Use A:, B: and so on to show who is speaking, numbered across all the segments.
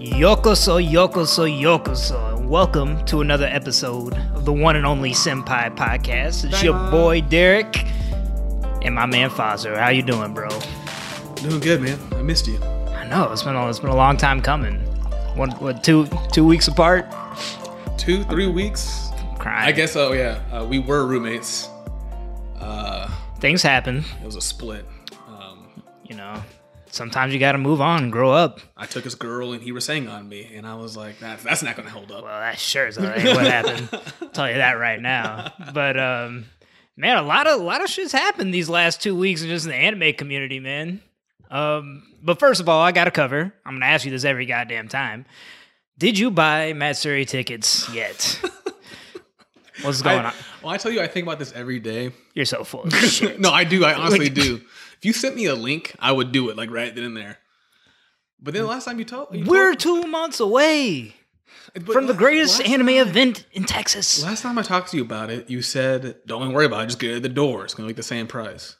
A: Yokoso, yokoso, yokoso, and welcome to another episode of the one and only Senpai Podcast. It's your boy Derek and my man Fazer. How you doing, bro?
B: Doing good, man. I missed you.
A: I know it's been a, it's been a long time coming. One, what, two, two weeks apart.
B: Two, three weeks.
A: I'm crying.
B: I guess. Oh yeah, uh, we were roommates. Uh,
A: things happen.
B: it was a split. Um,
A: You know, sometimes you got to move on, and grow up.
B: I took his girl, and he was saying on me, and I was like, "That's that's not gonna hold up."
A: Well, that sure is ain't what happened. Tell you that right now. But um, man, a lot of a lot of shits happened these last two weeks just in the anime community, man. Um, but first of all, I got a cover. I'm gonna ask you this every goddamn time. Did you buy Matsuri tickets yet? What's going
B: I,
A: on?
B: well, I tell you, I think about this every day.
A: You're so full of shit.
B: no, I do. I honestly
A: Like-
B: do. If you sent me a link, I would do it like right then and there. But then the last time you told, you
A: We're two months away
B: told- but
A: from the
B: la-
A: greatest
B: last-
A: anime event in Texas.
B: Last time I talked to you about it, you said, "Don't even worry about it. Just get it at the door. It's gonna be the same price."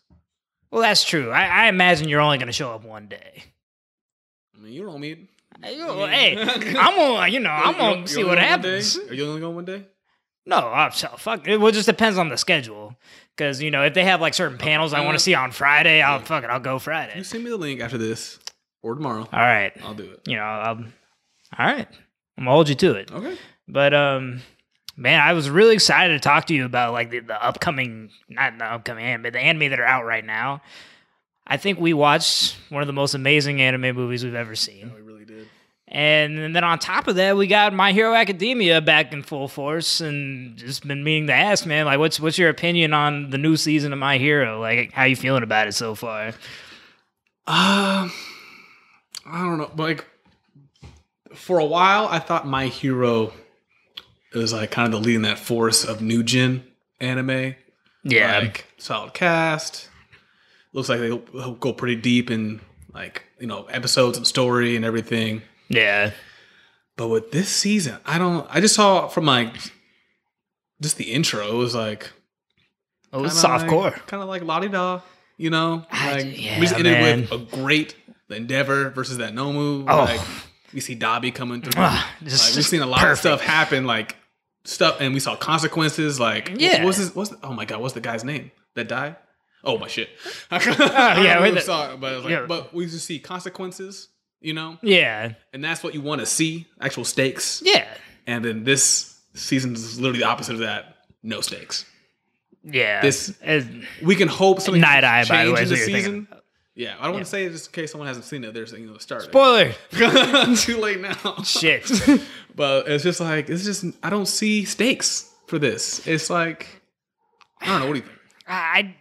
A: Well, that's true. I, I imagine you're only gonna show up one day.
B: I mean, you don't mean.
A: Hey, yo, hey, I'm gonna, you know, I'm gonna see what happens.
B: Are you only going one day?
A: No, I'm so fuck. It well, just depends on the schedule. Because you know, if they have like certain panels I want to
B: Uh,
A: see on Friday, I'll fuck it. I'll go Friday.
B: You send me the link after this or tomorrow.
A: All right,
B: I'll do it.
A: you know, I'll, all right. I'm gonna hold you to it.
B: Okay.
A: But um, man, I was really excited to talk to you about like the, the upcoming, not the upcoming anime, but the anime that are out right now. I think we watched one of the most amazing anime movies we've ever seen.
B: No, we really did.
A: And then on top of that, we got My Hero Academia back in full force, and just been meaning to ask, man, like, what's what's your opinion on the new season of My Hero? Like, how you feeling about it so far?
B: Um, I don't know. Like for a while, I thought my hero was like kind of the leading that force of new gen anime. like solid cast. Looks like they go pretty deep in like you know episodes and story and everything.
A: yeah,
B: But with this season, I don't. I just saw from like just the intro. It was like
A: it was softcore.
B: kind of like la di da. You know,
A: I-
B: like
A: yeah,
B: we just ended with a great Endeavor versus that Nomu.
A: Oh.
B: Like we see Dobby coming through.
A: Ugh,
B: like,
A: Ah, just,
B: we've seen a lot
A: perfect.
B: of stuff happen. Like stuff, and we saw consequences. Like
A: Yeah.
B: what's his? What's the, oh my god? What's the guy's name that died? Oh my shit! I don't
A: yeah,
B: know
A: we-
B: who saw it, but, it was like,
A: yeah.
B: but we just see consequences. You know,
A: Yeah,
B: and that's what you want to see: actual stakes.
A: yeah,
B: And then this season is literally the opposite of that. No stakes.
A: yeah.
B: This-
A: It's-
B: We can hope something
A: Night Eye, by the
B: change
A: way,
B: in
A: is
B: the
A: what you're thinking
B: season. Yeah, I don't want to say it just in case someone hasn't seen it. There's you know start.
A: spoiler
B: Too late now.
A: shit.
B: But it's just like it's just I don't see stakes for this. It's like I don't know what do you think.
A: I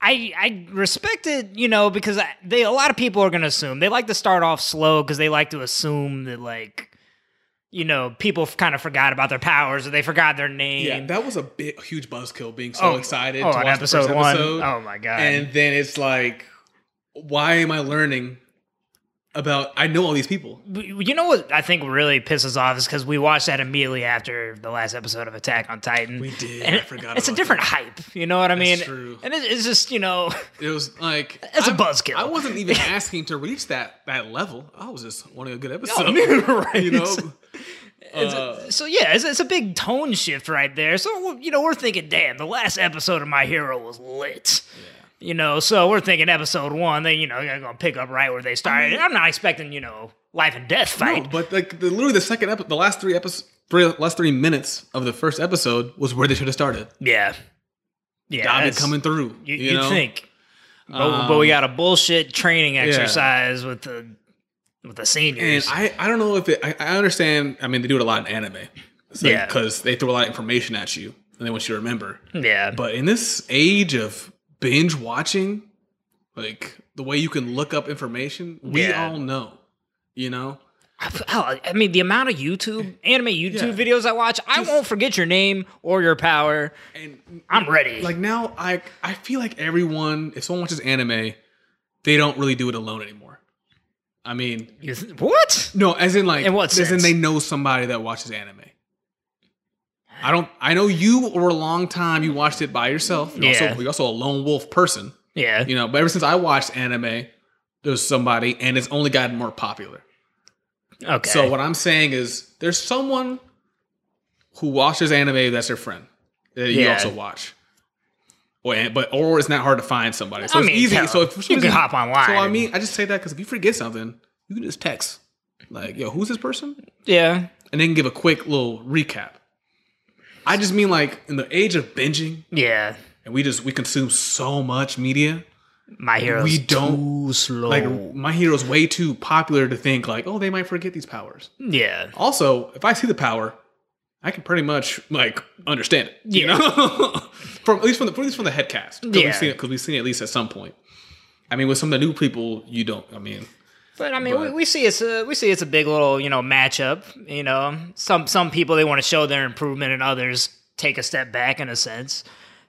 A: I I respect it, you know, because I, they a lot of people are going to assume they like to start off slow because they like to assume that like you know people kind of forgot about their powers or they forgot their name.
B: Yeah, that was a big, huge buzzkill. Being so excited
A: Oh,
B: to
A: on
B: watch
A: episode,
B: the first
A: one.
B: episode,
A: Oh my god!
B: and then it's like, why am I learning about? I know all these people.
A: But you know what I think really pisses off is because we watched that immediately after the last episode of Attack on Titan.
B: We did.
A: And
B: I
A: it-
B: forgot.
A: It's a
B: about
A: different hype. You know what I mean?
B: true.
A: And it, it's just you know.
B: That. It was like
A: It's a
B: I-
A: buzzkill.
B: I wasn't even asking to reach that that level. I was just wanting a good episode.
A: Oh, right.
B: You know,
A: It's a-
B: Uh,
A: so yeah, it's, it's a big tone shift right there. So you know, we're thinking, damn, the last episode of My Hero was lit. You know, so we're thinking episode one. They, you know, they're gonna pick up right where they started. I'm not expecting, you know, life and death
B: No,
A: fight.
B: but like the, literally the second episode, the last three episodes, three last three minutes of the first episode was where they should have started.
A: yeah, yeah,
B: Dobby
A: that's-
B: coming through.
A: You,
B: You,
A: you
B: know?
A: think, but, but we
B: Um,
A: got a bullshit training exercise with the with the
B: And
A: seniors.
B: I, I don't know if it, I, I understand. I mean, they do it a lot in anime,
A: Yeah.
B: because they throw a lot of information at you and they want you to remember.
A: yeah,
B: But in this age of binge watching, like the way you can look up information, we
A: Yeah.
B: all know. You know,
A: I, I mean, the amount of YouTube anime YouTube
B: Yeah.
A: videos I watch, I won't forget your name or your power.
B: and
A: I'm ready.
B: like now, I I feel like everyone, if someone watches anime, they don't really do it alone anymore. I mean,
A: You th- what?
B: No, as in like
A: In what
B: As in
A: sense?
B: they know somebody that watches anime. I don't. I know you were a long time. You watched it by yourself. You're,
A: Yeah.
B: also, you're also a lone wolf person.
A: Yeah.
B: You know, but ever since I watched anime, there's somebody, and it's only gotten more popular.
A: Okay.
B: So uh, what I'm saying is there's someone who watches anime that's their friend that you
A: Yeah.
B: also watch. Or, but or it's not hard to find somebody. So
A: I
B: it's
A: mean,
B: easy.
A: hell,
B: So if for some
A: you can
B: reason-
A: hop online.
B: So I mean, I just say that because if you forget something, you can just text like, "Yo, who's this person?"
A: yeah,
B: and then give a quick little recap. I just mean like in the age of binging,
A: yeah.
B: and we just we consume so much media.
A: My heroes.
B: We don't-
A: too slow.
B: Like my hero's way too popular to think like, oh, they might forget these powers.
A: yeah,
B: Also, if I see the power, I can pretty much like understand it. You
A: Yeah.
B: know, from at least from the at least from the head cast. Because
A: Yeah.
B: we've seen it because we've seen it at least at some point. I mean, with some of the new people, you don't. I mean,
A: but I mean, we,
B: but-
A: we see it's a we see it's a big little you know matchup. You know, some some people they want to show their improvement, and others take a step back in a sense.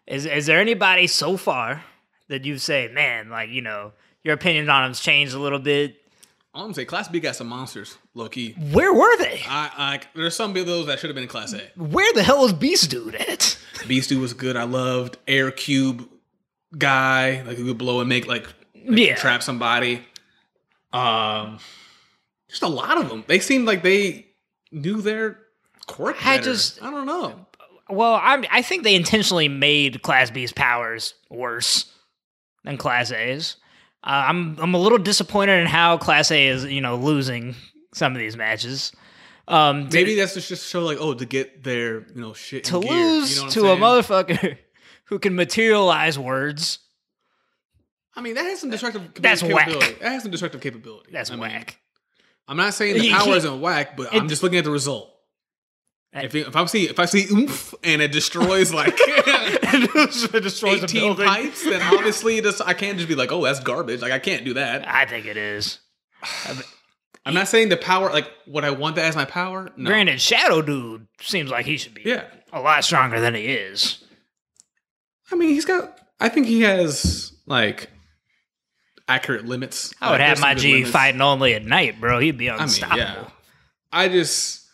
A: Is is there anybody so far that you say, man, like you know, your opinion on them's changed a little bit?
B: I'm gonna say Class B got some monsters, low key.
A: Where were they?
B: I, I there's some of those that should have been in Class A.
A: Where the hell was Beast Dude at?
B: Beastie was good. I loved Air Cube guy, like who could blow and make like
A: Yeah,
B: trap somebody. Um, just a lot of them. They seemed like they knew their quirk.
A: I
B: better.
A: just-
B: I don't know.
A: Well, I I think they intentionally made Class B's powers worse than Class A's. Uh, I'm I'm a little disappointed in how Class A is you know losing some of these matches. Um, to-
B: Maybe that's just just show like oh to get their you know shit
A: to
B: in gear, you know
A: lose
B: what I'm
A: to a
B: saying?
A: motherfucker who can materialize words.
B: I mean that has some destructive.
A: That's whack.
B: capability. That has some destructive capability.
A: That's
B: I mean,
A: whack.
B: I'm not saying the
A: He-
B: power
A: he-
B: isn't whack, but
A: it-
B: I'm just looking at the result.
A: That-
B: If, it- if I see if I see oomph and it destroys like
A: it destroys
B: 18 pipes, then obviously it just, I can't just be like, oh, that's garbage. Like, I can't do that.
A: I think it is.
B: I'm not saying the power, like, would I want that as my power? No.
A: Granted, Shadow Dude seems like he should be
B: Yeah.
A: a lot stronger than he is.
B: I mean, he's got, I think he has, like, accurate limits.
A: I would
B: Like,
A: have
B: there's
A: my
B: some good
A: G
B: limits.
A: fighting only at night, bro. He'd be
B: I mean,
A: unstoppable.
B: yeah. I just,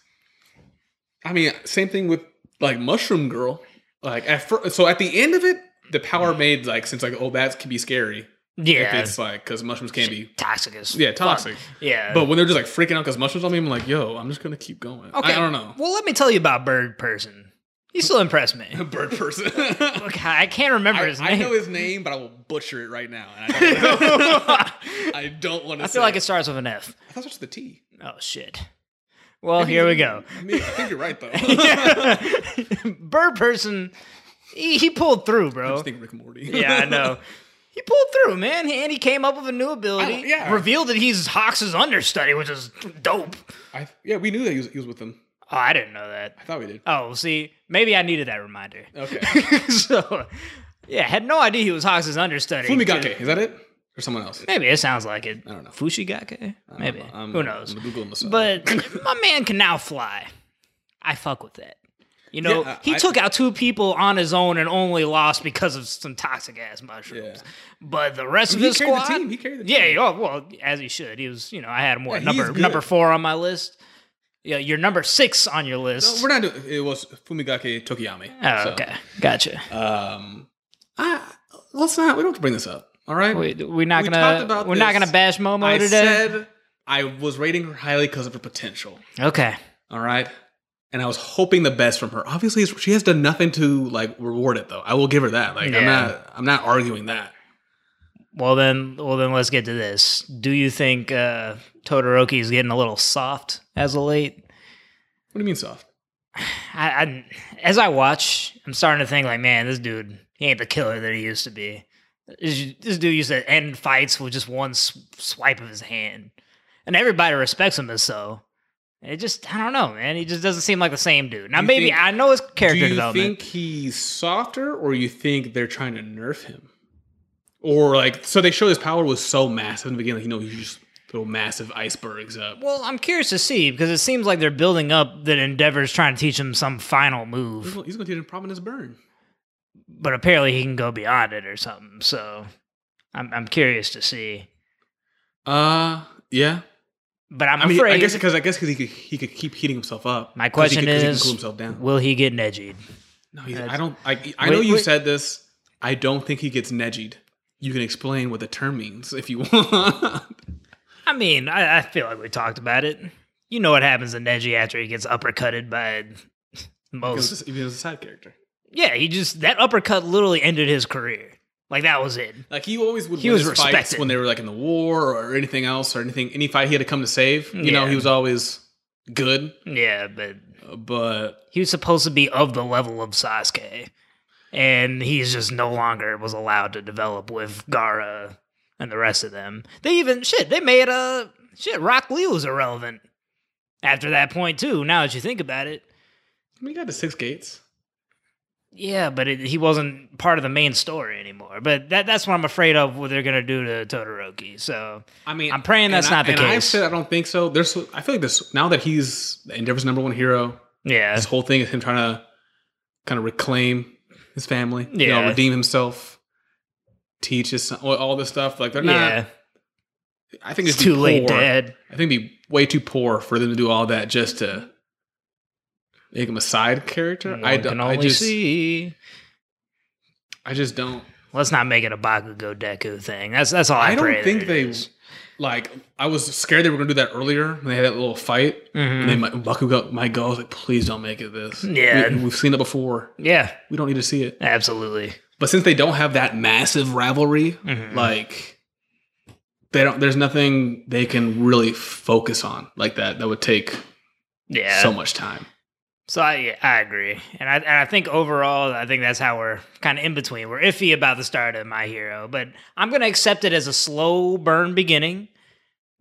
B: I mean, same thing with, like, Mushroom Girl. Like, at fir- so at the end of it, the power made, like, since, like, oh, that can be scary. If
A: Yeah,
B: it's, like, because mushrooms can be,
A: toxic as
B: yeah,
A: fuck.
B: toxic.
A: Yeah,
B: But when they're just, like, freaking out because mushrooms on me, I'm like, yo, I'm just going to keep going. Okay. I don't know.
A: Well, let me tell you about Bird Person. He still impressed me.
B: bird person.
A: Look, I can't remember
B: I,
A: his name.
B: I know his name, but I will butcher it right now. and I don't, I don't want to.
A: I feel like it starts with an F.
B: I thought it was the T.
A: Oh shit. Well, here we go.
B: I, mean, I think you're right though. I
A: Bird Person. He, he pulled through, bro.
B: just think Rick and Morty.
A: Yeah, I know. He pulled through, man, and he came up with a new
B: I-
A: ability.
B: yeah.
A: Revealed that he's Hawks' understudy, which is dope.
B: I, yeah, we knew that he was, he was with them.
A: Oh, I didn't know that.
B: I thought we did.
A: Oh, see, maybe I needed that reminder.
B: Okay.
A: so, yeah, had no idea he was Hawks' understudy.
B: Fumigake, is that it or someone else?
A: Maybe it sounds like it.
B: I don't know.
A: Fushigake? Maybe.
B: I'm-
A: Who knows?
B: I'm Googling this up.
A: But my man can now fly. I fuck with that. You know,
B: Yeah,
A: he
B: I-
A: took out two people on his own and only lost because of some toxic ass mushrooms.
B: Yeah.
A: But the rest
B: he
A: of his
B: carried
A: squad,
B: the team. He carried the team.
A: yeah, oh, well, as he should. He was, you know, I had him what,
B: Yeah, he's
A: number
B: good.
A: number four on my list. Yeah, you're number six on your list.
B: No, we're not doing. It was Fumigake Tokiyami.
A: oh,
B: So,
A: okay, gotcha.
B: Um, I, let's not. We don't have to bring this up. All right.
A: we, we're not
B: we talked
A: gonna
B: about
A: we're not
B: this.
A: gonna bash Momo
B: I
A: today.
B: said I was rating her highly because of her potential.
A: okay,
B: All right. And I was hoping the best from her. Obviously, she has done nothing to like reward it, though. I will give her that. Like, I'm
A: Yeah.
B: not, I'm not arguing that.
A: well then, well then, let's get to this. Do you think uh, Todoroki is getting a little soft as of late?
B: What do you mean soft?
A: I, I as I watch, I'm starting to think like, man, this dude, he ain't the killer that he used to be. This this dude used to end fights with just one s- swipe of his hand, and everybody respects him as so. It just, I don't know, man. He just doesn't seem like the same dude. Now,
B: You
A: maybe
B: think-
A: I know his
B: Do
A: character
B: you
A: development.
B: think he's softer, or you think they're trying to nerf him, or like so they show his power was so massive in the beginning, like, you know, you just throw massive icebergs up.
A: well, I'm curious to see because it seems like they're building up that Endeavor's trying to teach him some final
B: He's
A: move,
B: gonna, he's gonna do a problem in his burn.
A: but apparently he can go beyond it or something. So, I'm I'm curious to see.
B: Uh, yeah.
A: But I'm
B: I mean,
A: afraid.
B: I guess because I guess because he could he could keep heating himself up.
A: My
B: 'Cause he
A: question
B: could- 'cause he can
A: is-
B: cool himself down.
A: Will he get edgy?
B: No, he's,
A: Uh,
B: I don't. I, I
A: wait,
B: know you
A: wait.
B: said this. I don't think he gets nedgied. You can explain what the term means if you want.
A: I mean, I, I feel like we talked about it. you know what happens to Neji after he gets uppercutted by most.
B: Because he was a side character.
A: Yeah, he just that uppercut literally ended his career. Like that was it.
B: Like he always would
A: He
B: win
A: was
B: his fights
A: respected.
B: when they were like in the war or anything else or anything any fight he had to come to save. You know,
A: Yeah.
B: he was always good,
A: Yeah, but
B: but
A: he was supposed to be of the level of Sasuke, and he's just no longer was allowed to develop with Gara and the rest of them. They even shit. They made a shit. Rock Lee was irrelevant after that point too. Now that you think about it,
B: we got to six gates.
A: yeah, but it, he wasn't part of the main story anymore. But that that's what I'm afraid of. What they're gonna do to Todoroki. So
B: I mean,
A: I'm praying that's
B: and I-
A: not the
B: and I
A: case.
B: said I don't think so. There's, so- I feel like this now that he's Endeavor's number one hero.
A: yeah,
B: This whole thing is him trying to kind of reclaim his family, you know,
A: Yeah.
B: redeem himself, teach his son, all- all this stuff. Like they're not.
A: yeah,
B: I think
A: it's
B: it's
A: too late, Dad.
B: I think it'd be way too poor for them to do all that just to make him a side character. I
A: One
B: don't.
A: can
B: I
A: only
B: just.
A: see.
B: I just don't.
A: Let's not make it a Bakugo Deku thing. That's that's all I,
B: I don't
A: pray
B: think
A: that
B: they-
A: it is.
B: Like I was scared they were gonna do that earlier when they had that little fight. And they
A: Mhm.
B: might, Bakugo might go. I was like, please don't make it this.
A: Yeah.
B: we, we've seen it before.
A: Yeah,
B: We don't need to see it.
A: absolutely.
B: But since they don't have that massive rivalry,
A: Mhm.
B: Mm-hmm. like they don't. There's nothing they can really focus on like that. That would take
A: yeah.
B: so much time.
A: So I yeah, I agree, and I and I think overall I think that's how we're kind of in between. We're iffy about the start of My Hero, but I'm gonna accept it as a slow burn beginning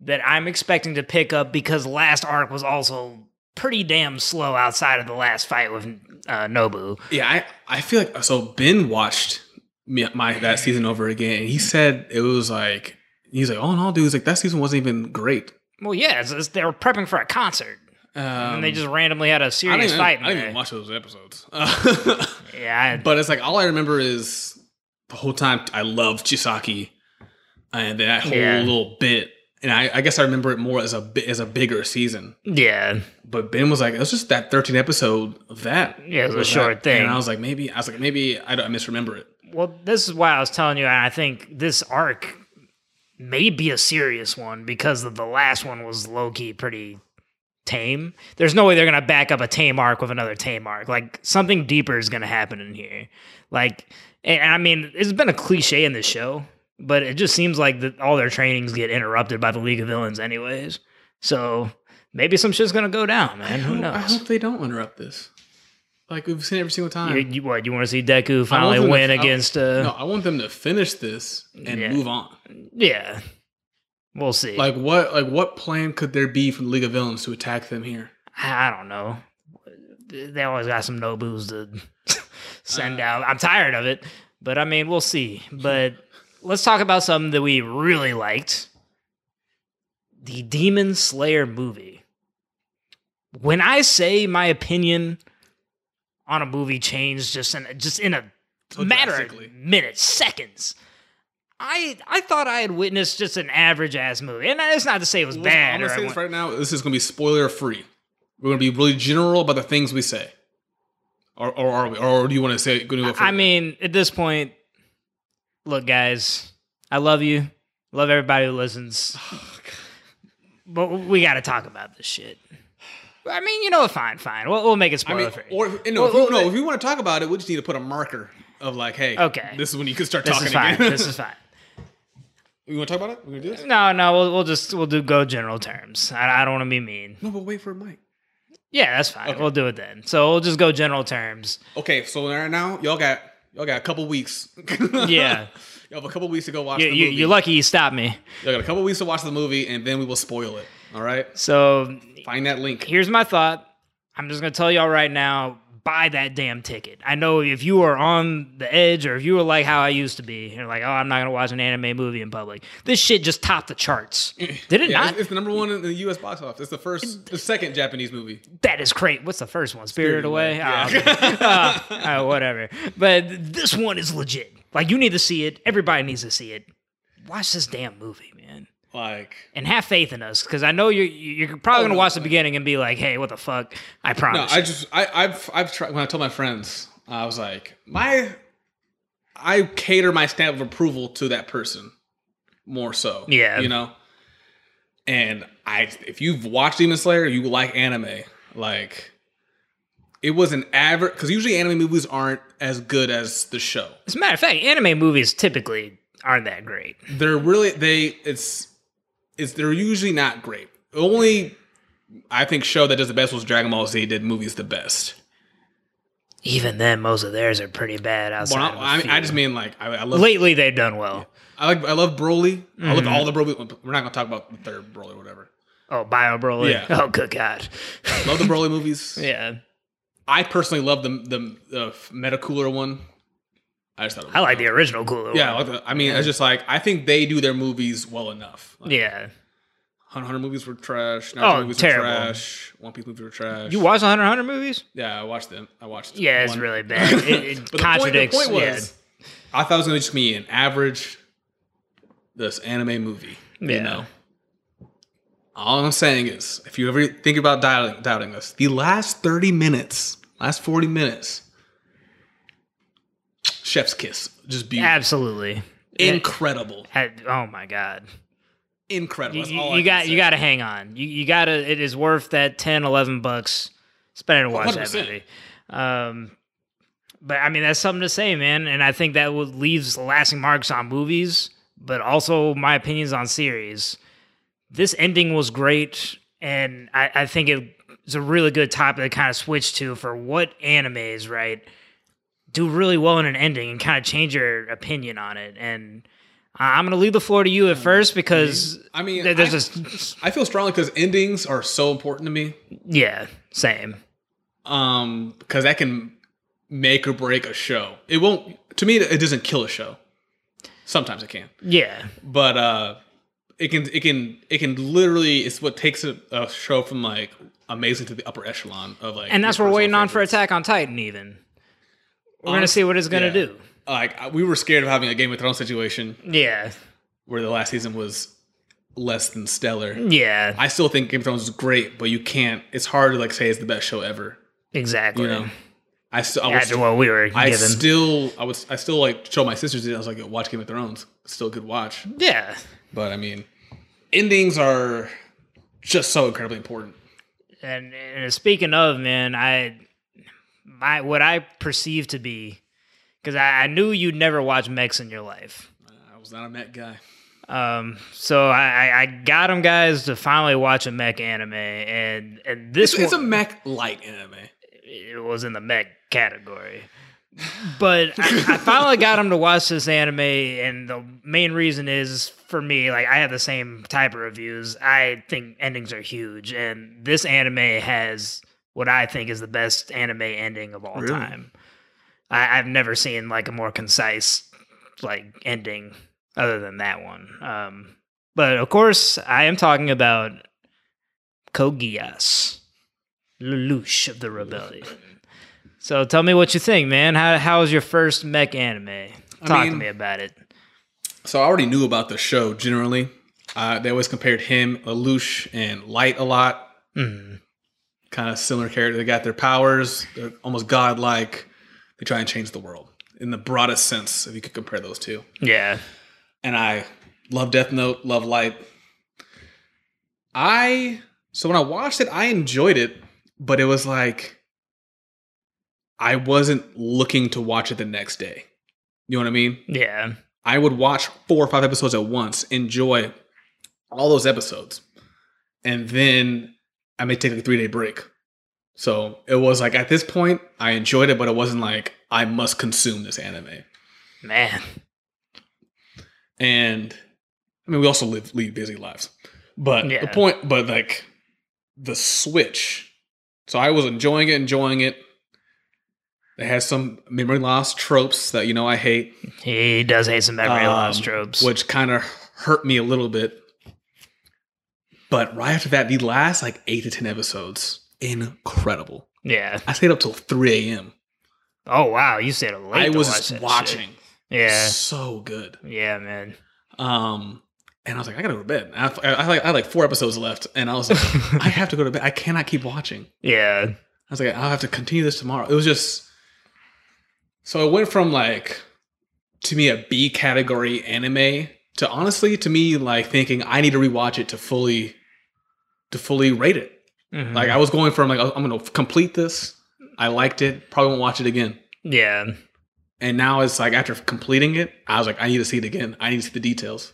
A: that I'm expecting to pick up because last arc was also pretty damn slow outside of the last fight with uh, Nobu.
B: Yeah, I I feel like so. Ben watched me, my that season over again, and he said it was like he's like, oh no, dude, he's like that season wasn't even great.
A: Well, yeah, it's, it's, they were prepping for a concert,
B: Um,
A: and they just randomly had a
B: I didn't,
A: serious
B: even-
A: fight. in
B: I didn't
A: there.
B: even watch those episodes. Uh,
A: yeah, I-
B: but it's like all I remember is the whole time I loved Chisaki and that whole
A: Yeah.
B: little bit. And I, I guess I remember it more as a bi- as a bigger season.
A: yeah,
B: But Ben was like, it was just that 13 episode of that.
A: yeah. It was a
B: With
A: short
B: that.
A: thing.
B: And I was like, maybe I was like, maybe I, don't- I misremember it.
A: Well, this is why I was telling you, and I think this arc may be a serious one because of the last one was low key pretty tame. There's no way they're gonna back up a tame arc with another tame arc. Like something deeper is gonna happen in here. Like, and, and I mean, it's been a cliche in this show, but it just seems like that all their trainings get interrupted by the League of Villains, anyways. So maybe some shit's gonna go down, man. Who
B: I
A: knows?
B: hope they don't interrupt this. Like we've seen every single time.
A: You, you, what you want to see Deku finally
B: them to-
A: win
B: I-
A: against? Uh,
B: no, I want them to finish this and
A: Yeah.
B: move on.
A: Yeah. We'll see.
B: Like what? Like what plan could there be from the League of Villains to attack them here?
A: I I don't know. They always got some Nobus to
B: Uh.
A: send out. I'm tired of it, but I mean, we'll see. But let's talk about something that we really liked the Demon Slayer movie. When I say my opinion on a movie changed just in just in a
B: So
A: matter
B: Oh, drastically.
A: of minutes, seconds. I I thought I had witnessed just an average ass movie, and that's not to say it was
B: Well,
A: bad.
B: I'm gonna
A: or I
B: say this
A: wa-
B: right now. This is gonna be spoiler free. We're gonna be really general about the things we say, or, or are we? Or do you want to say? Gonna go
A: I
B: further?
A: mean, at this point, look, guys, I love you. Love everybody who listens.
B: Oh,
A: but we got to talk about this shit. I mean, you know what? Fine, fine. We'll, we'll make it
B: I
A: spoiler
B: mean,
A: free.
B: or and no,
A: Well,
B: if you,
A: well,
B: no.
A: the-
B: If you want to talk about it, we just need to put a marker of like, hey,
A: Okay.
B: this is when you can start
A: this
B: talking
A: is fine.
B: again.
A: this is fine.
B: you want to talk about it? We're gonna do this.
A: No, no, we'll, we'll just we'll do go general terms. I, I don't want to be mean.
B: No, but wait for a mic.
A: Yeah, that's fine.
B: Okay.
A: We'll do it then. So we'll just go general terms.
B: Okay, so right now y'all got y'all got a couple weeks.
A: Yeah.
B: you have a couple weeks to go watch.
A: You,
B: the
A: you,
B: movie.
A: you're lucky you stopped me.
B: Y'all got a couple weeks to watch the movie, and then we will spoil it. All right,
A: So
B: find that link.
A: here's my thought. I'm just gonna tell y'all right now, buy that damn ticket. I know if you are on the edge or if you were like how I used to be, you're like, oh, I'm not gonna watch an anime movie in public. This shit just topped the charts. Did it
B: Yeah,
A: not?
B: it's, it's the number one in the U.S. box office. It's the first, the second Japanese movie.
A: that is great. What's the first one? Spirited,
B: Spirited
A: Away.
B: Away,
A: Ah,
B: yeah.
A: okay. Ah, ah, whatever. But this one is legit. Like you need to see it. Everybody needs to see it. Watch this damn movie, man.
B: Like,
A: And have faith in us, because I know you're you're probably gonna
B: Oh, no,
A: watch the beginning and be like, "Hey, what the fuck?" I promise.
B: no, I just, I, I've, I've tried. When I told my friends, I was like, my, I cater my stamp of approval to that person more so.
A: Yeah.
B: you know. And I, if you've watched Demon Slayer, you like anime. Like, it was an average because usually anime movies aren't as good as the show.
A: As a matter of fact, anime movies typically aren't that great.
B: They're really they. It's it's they're usually not great. The only I think show that does the best was Dragon Ball Z. Did movies the best.
A: Even then, most of theirs are pretty bad. Outside,
B: Well,
A: of a
B: I, I, mean,
A: few.
B: I just mean like I, I love
A: lately they've done well.
B: I like I love Broly. I
A: Mm-hmm.
B: love all the Broly. We're not gonna talk about the third Broly or whatever.
A: Oh, Bio Broly.
B: Yeah.
A: Oh, good God.
B: Love the Broly movies.
A: yeah,
B: I personally love the the uh, Meta Cooler one. I just thought it was
A: I like the original Cooler.
B: Yeah, I
A: one.
B: like the- I mean, it's just like I think they do their movies well enough. Like,
A: yeah.
B: Hunter x Hunter movies were trash. Naruto
A: Oh,
B: movies
A: terrible.
B: were trash. One Piece movies were trash.
A: You watch the Hunter x Hunter movies?
B: Yeah, I watched them. I watched.
A: Yeah, it's
B: one.
A: really bad. It, it
B: But the point- the
A: contradicts.
B: point, was, I thought it was gonna just be an average, this anime movie.
A: Yeah.
B: You know. All I'm saying is, if you ever think about doubting, doubting this, the last 30 minutes, last 40 minutes, Chef's Kiss, just
A: yeah,
B: beautiful,
A: absolutely.
B: incredible,
A: I- oh my God.
B: incredible.
A: You,
B: That's all I
A: you
B: can
A: got
B: say.
A: you got to hang on. You you got to. It is worth that 10, 11 bucks spending to watch that
B: 100%.
A: movie. Um, but I mean that's something to say, man. And I think that would leaves lasting marks on movies, but also my opinions on series. This ending was great, and I, I think it was a really good topic to kind of switch to for what animes right do really well in an ending and kind of change your opinion on it. And I- I'm gonna leave the floor to you at first because
B: I mean,
A: there- there's
B: I-
A: just
B: I feel strongly because endings are so important to me.
A: yeah, same.
B: um because that can make or break a show it won't to me it doesn't kill a show sometimes it can
A: Yeah,
B: but uh it can it can it can literally it's what takes a, a show from like amazing to the upper echelon of like
A: and that's
B: your
A: what we're
B: personal
A: waiting on for
B: favorites.
A: Attack on Titan. Even we're gonna
B: Honest-
A: see what it's gonna
B: yeah.
A: do.
B: like I- we were scared of having a game of thrones situation
A: Yeah,
B: where the last season was less than stellar
A: yeah,
B: i still think game of thrones is great but you can't it's hard to like say it's the best show ever
A: exactly.
B: you know i still i was
A: After what we were
B: I
A: given,
B: still, I was, I still like show my sisters. It. I was like, "Yo, watch Game of Thrones. It's still a good watch.
A: yeah,
B: But I mean, endings are just so incredibly important.
A: and, and speaking of man i my what i perceive to be because I, I knew you'd never watch mechs in your life
B: I was not a Met guy.
A: um so i I- i got them guys to finally watch a mech anime and and this
B: It's, it's a
A: one
B: Mech light anime.
A: it was in the mech category but I, I finally got them to watch this anime and the main reason is for me like i have the same type of reviews i think endings are huge and this anime has what i think is the best anime ending of all
B: Really?
A: time I, i've never seen like a more concise like ending other than that one um but of course i am talking about kogias lelouch of the rebellion so tell me what you think, man. How how was your first mech anime? Talk to
B: mean-
A: me about it.
B: So I already knew about the show generally. Uh, they always compared him, Lelouch, and Light a lot.
A: Mhm.
B: Kind of similar character. They got their powers. They're almost godlike. They try and change the world in the broadest sense, if you could compare those two.
A: Yeah,
B: and I love Death Note, love Light. I so when I watched it, I enjoyed it, but it was like I wasn't looking to watch it the next day. You know what I mean?
A: yeah,
B: I would watch four or five episodes at once, enjoy all those episodes, and then I may take a three day break. So it was like at this point, I enjoyed it, but it wasn't like I must consume this anime.
A: man.
B: and I mean we also live lead busy lives. But
A: Yeah.
B: the point, but like the switch. So I was enjoying it, enjoying it. It has some memory loss tropes that you know I hate,
A: He does hate some memory
B: Um,
A: loss tropes.
B: which kind of hurt me a little bit. But right after that, the last like eight to ten episodes, incredible.
A: yeah.
B: I stayed up till three a.m.
A: Oh wow, you stayed up late.
B: I
A: to
B: was
A: watch that
B: watching,
A: Shit. Yeah,
B: so good.
A: yeah, man.
B: Um, and I was like, I gotta go to bed. And I, I, I, like, I had like four episodes left, and I was like, I have to go to bed. I cannot keep watching. I
A: yeah,
B: was like, I'll have to continue this tomorrow. It was just so it went from like to me a B category anime to honestly to me like thinking I need to rewatch it to fully to fully rate it.
A: Mhm.
B: Like I was going from like oh, I'm gonna complete this. I liked it. Probably won't watch it again.
A: yeah,
B: And now it's like after completing it, I was like, I need to see it again. I need to see the details.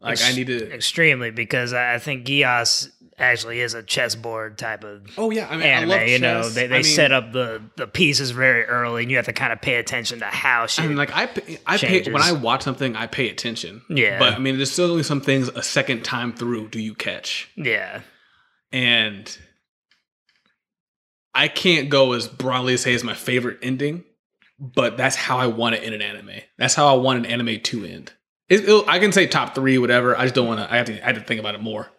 B: Like I
A: Ex-
B: need to.
A: extremely because I I think Gios actually is a chessboard type of
B: Oh yeah, I mean,
A: anime.
B: I love
A: you know,
B: chess.
A: they,
B: I
A: they
B: mean,
A: set up the the pieces very early, and you have to kind of pay attention to how shit.
B: I mean, like I, pay- I pay
A: changes.
B: when I watch something, I pay attention.
A: Yeah.
B: But I mean, there's still only some things a second time through do you catch,
A: yeah,
B: and I can't go as broadly say it's my favorite ending, but that's how I want it in an anime. That's how I want an anime to end. It, it'll- I can say top three, whatever. I just don't want to. I have to. I have to think about it more.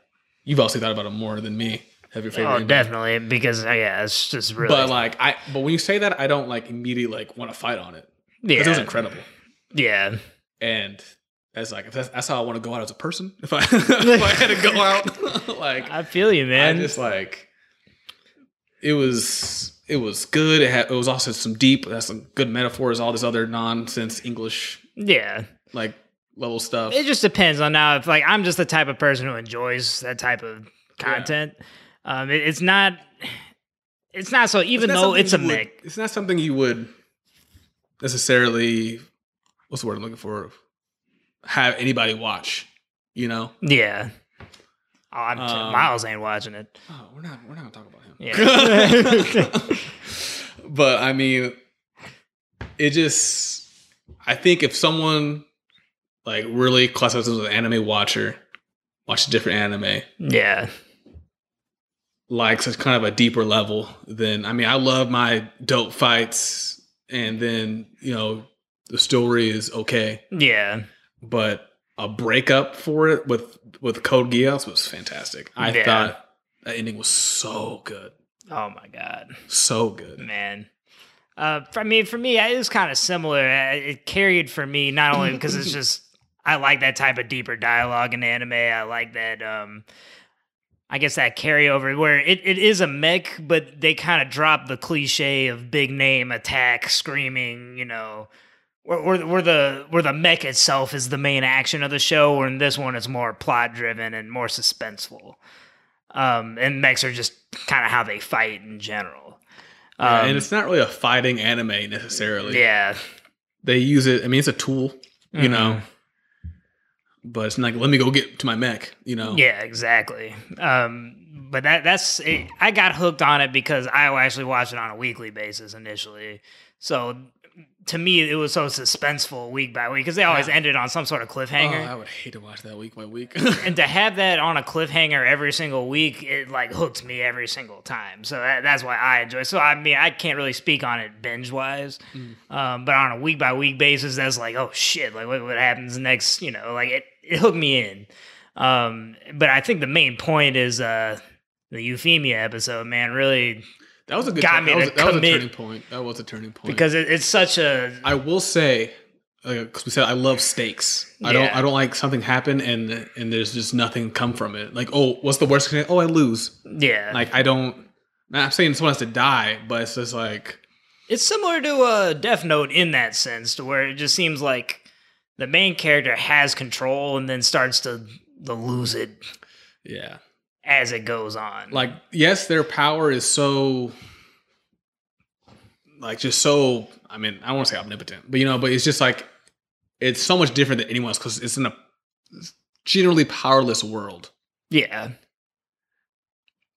B: You've also thought about it more than me. Have your favorite?
A: oh,
B: ending.
A: definitely because uh, yeah, it's just really
B: But like I, but when you say that, I don't like immediately like want to fight on it.
A: yeah,
B: 'Cause It was incredible.
A: yeah.
B: and that's like if that's, that's how I want to go out as a person. If I if I had to go out, like
A: I feel you,
B: I
A: man.
B: just like it was it was good. It, had, it was also some deep. That's some good metaphors. All this other nonsense English
A: yeah,
B: like level stuff.
A: it just depends on now. If like I'm just the type of person who enjoys that type of content, um, it, it's not. It's not so. Even
B: not
A: though
B: something
A: it's a
B: you would-
A: mech,
B: It's not something you would necessarily. What's the word I'm looking for? Have anybody watch? You know.
A: yeah. Oh, I'm,
B: Um,
A: Miles ain't watching it.
B: Oh, we're not we're not gonna talk about him.
A: Yeah.
B: but I mean, it just I think if someone like really classifies themselves as an anime watcher, watches different anime,
A: Yeah,
B: likes it's kind of a deeper level, then I mean I love my dope fights and then, you know, the story is okay.
A: yeah.
B: But a breakup for it with with Code Geass was fantastic. I
A: Yeah.
B: thought that ending was so good.
A: Oh my god.
B: So good.
A: man. Uh, for, I mean, for me, it was kind of similar. Uh, It carried for me not only because it's just I like that type of deeper dialogue in anime. I like that. Um, I guess that carryover where it, it is a mech, but they kind of drop the cliche of big name attack, screaming. You know, where, where, where the where the mech itself is the main action of the show, where in this one it's more plot driven and more suspenseful. Um, and mechs are just kind of how they fight in general.
B: Yeah,
A: Um,
B: and it's not really a fighting anime necessarily.
A: yeah,
B: They use it. I mean, it's a tool, you know,
A: Mhm.
B: but it's not like, let me go get to my mech, you know?
A: Yeah, exactly. Um, but that that's it, I got hooked on it because I actually watched it on a weekly basis initially. So to me, it was so suspenseful week by week because they always
B: Yeah.
A: ended on some sort of
B: Oh,
A: cliffhanger.
B: I would hate to watch that week by week.
A: and to have that on a cliffhanger every single week, it like hooked me every single time. So that, that's why I enjoy. So I mean, I can't really speak on it binge wise, um, but on a week by week basis, that's like, oh shit, like what, what happens next? You know, like it, it hooked me in. Um, but I think the main point is uh, the Euphemia episode, man, really
B: that was a good
A: Got
B: turn-
A: me
B: that, was,
A: to
B: that was a
A: commit.
B: turning point. That was a turning point.
A: because it, it's such a
B: I will say, because we said I love stakes. I don't.
A: Yeah.
B: I don't like something happen and and there's just nothing come from it. Like, oh, what's the worst? thing? Oh, I lose.
A: yeah.
B: Like, I don't. Not I'm saying someone has to die, but it's just like
A: It's similar to uh, Death Note in that sense, to where it just seems like the main character has control and then starts to, to lose it
B: yeah.
A: as it goes on.
B: like yes their power is so like just so i mean i don't want to say omnipotent but you know but it's just like it's so much different than anyone else because it's in a generally powerless world
A: yeah,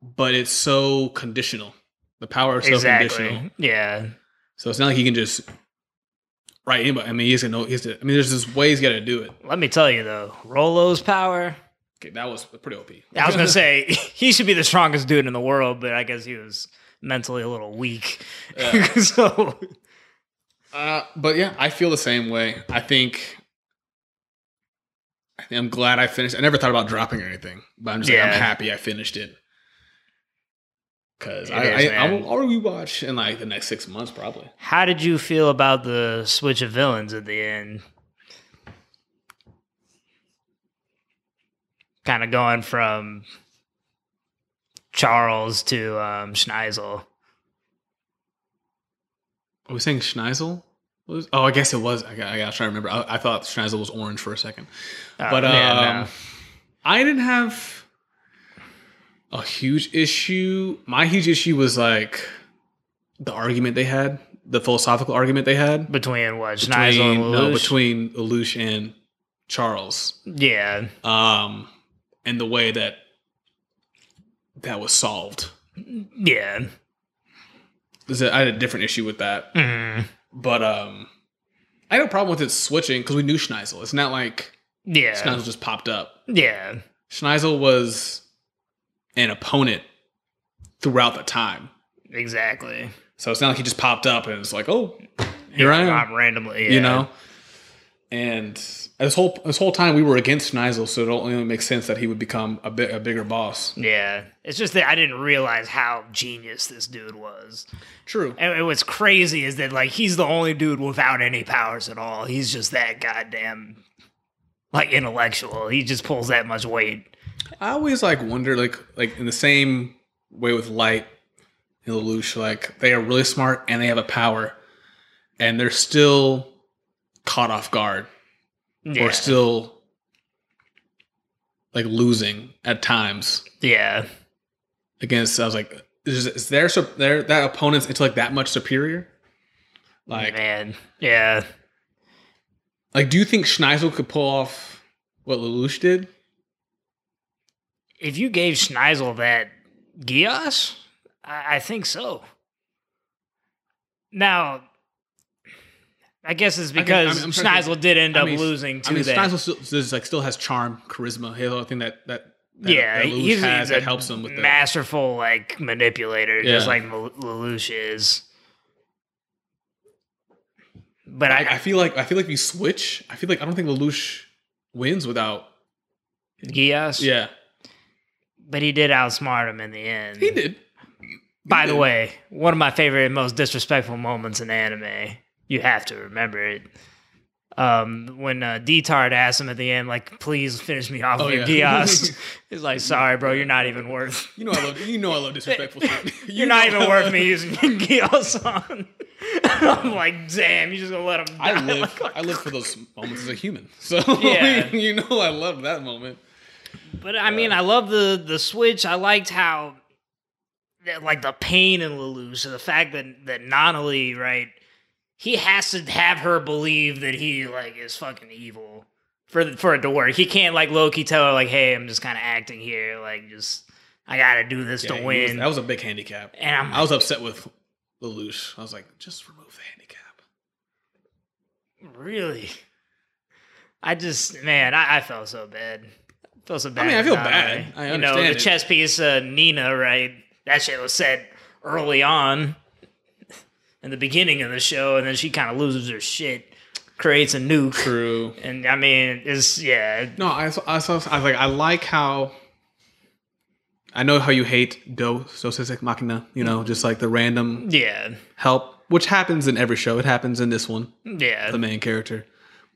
B: but it's so conditional the power is so conditional
A: exactly. Yeah,
B: so it's not like he can just right anybody i mean he's gonna know he's i mean there's this ways you gotta do it
A: let me tell you though, Rolo's power.
B: okay that was pretty op
A: I was gonna say he should be the strongest dude in the world, but I guess he was mentally a little weak.
B: Yeah.
A: so
B: Uh, but yeah, I feel the same way. I think. I think I'm glad I finished. I never thought about dropping or anything, but I'm just like
A: Yeah.
B: I'm happy I finished it. Cause
A: It
B: I,
A: is,
B: I, I
A: man.
B: will, I'll rewatch in like the next six months probably.
A: How did you feel about the switch of villains at the end? Kind of going from Charles to um, Schneisel.
B: Are we saying Schneisel? what was- oh, I guess it was. I, got- I gotta try to remember. I, I thought Schneisel was orange for a second,
A: Oh,
B: but um,
A: man, no.
B: I didn't have a huge issue. My huge issue was like the argument they had, the philosophical argument they had
A: between what Schneisel
B: between
A: and
B: no,
A: Lelouch?
B: between Lelouch and Charles.
A: yeah,
B: um, and the way that that was solved.
A: yeah,
B: Is that- I had a different issue with that,
A: Mhm.
B: but um, I had a problem with it switching because we knew Schneisel. It's not like
A: yeah,
B: Schneisel just popped up.
A: yeah,
B: Schneisel was an opponent throughout the time,
A: exactly.
B: so it's not like he just popped up and it's like, oh, here
A: Yeah,
B: I am,
A: I'm randomly, yeah.
B: you know. And this whole this whole time we were against Schneisel, so it only makes sense that he would become a bit a bigger boss.
A: Yeah, it's just that I didn't realize how genius this dude was.
B: True.
A: And and what's crazy is that like he's the only dude without any powers at all. He's just that goddamn like intellectual. He just pulls that much weight.
B: I always like wonder, like like in the same way with Light and Lelouch, like they are really smart and they have a power, and they're still caught off guard
A: Yeah,
B: or still like losing at times
A: yeah,
B: against. I was like, is, is their sup- their that opponent's intellect that much superior? Like,
A: man, yeah.
B: like do you think Schneisel could pull off what Lelouch did?
A: If you gave Schneisel that Gios, I, I think so. Now, I guess it's
B: can-
A: because
B: I'm- I'm trying to
A: Schneisel did end
B: I
A: up
B: mean,
A: losing to
B: I mean,
A: that.
B: Stein still, still, like still has charm, charisma. His other thing that that, that
A: yeah,
B: that Lelouch
A: he's,
B: has
A: he's a
B: that helps him with that.
A: masterful like manipulator, just
B: Yeah.
A: like Mel- Lelouch is. But
B: I,
A: I,
B: I feel like I feel like if you switch, I feel like I don't think Lelouch wins without.
A: Gios,
B: Yeah,
A: but he did outsmart him in the end.
B: he did.
A: Mm. By the
B: did.
A: way, one of my favorite and most disrespectful moments in anime. You have to remember it. Um, when uh, Detard asked him at the end, like, "Please finish me off
B: Oh,
A: with your
B: yeah.
A: Gios," he's like, "Sorry, bro, you're not even worth.
B: You know I love you know I love disrespectful. shit. You
A: You're not
B: know
A: even
B: I
A: worth
B: love-
A: me using Gios on." I'm like, "Damn, you just gonna let him die?"
B: I live
A: Like,
B: I live for those moments as a human. So
A: Yeah.
B: you know I love that moment.
A: But I mean, I love the the switch. I liked how, that, like the pain in Lelouch, and the fact that that Nonnally, right, he has to have her believe that he like is fucking evil for the, for it to work. He can't like Loki tell her like, "Hey, I'm just kind of acting here. Like, just I gotta do this
B: Yeah,
A: to
B: he
A: win."
B: was- that was a big handicap.
A: and I'm
B: I was upset with Lelouch. I was like, just remove the handicap.
A: like, really, I just man, I, I felt so bad. I felt so bad.
B: mean, I
A: for
B: feel
A: Nonnally.
B: bad. I
A: you know, the
B: understand it.
A: chess piece, uh, Nina, right? That shit was said early on in the beginning of the show, and then she kind of loses her shit, creates a nuke,
B: True.
A: and I mean, it's yeah,
B: No, I saw, I saw. I was like, I like how. I know how you hate Do Dos Ex Machina. You know, just like the random
A: yeah,
B: help, which happens in every show. It happens in this one,
A: yeah,
B: the main character.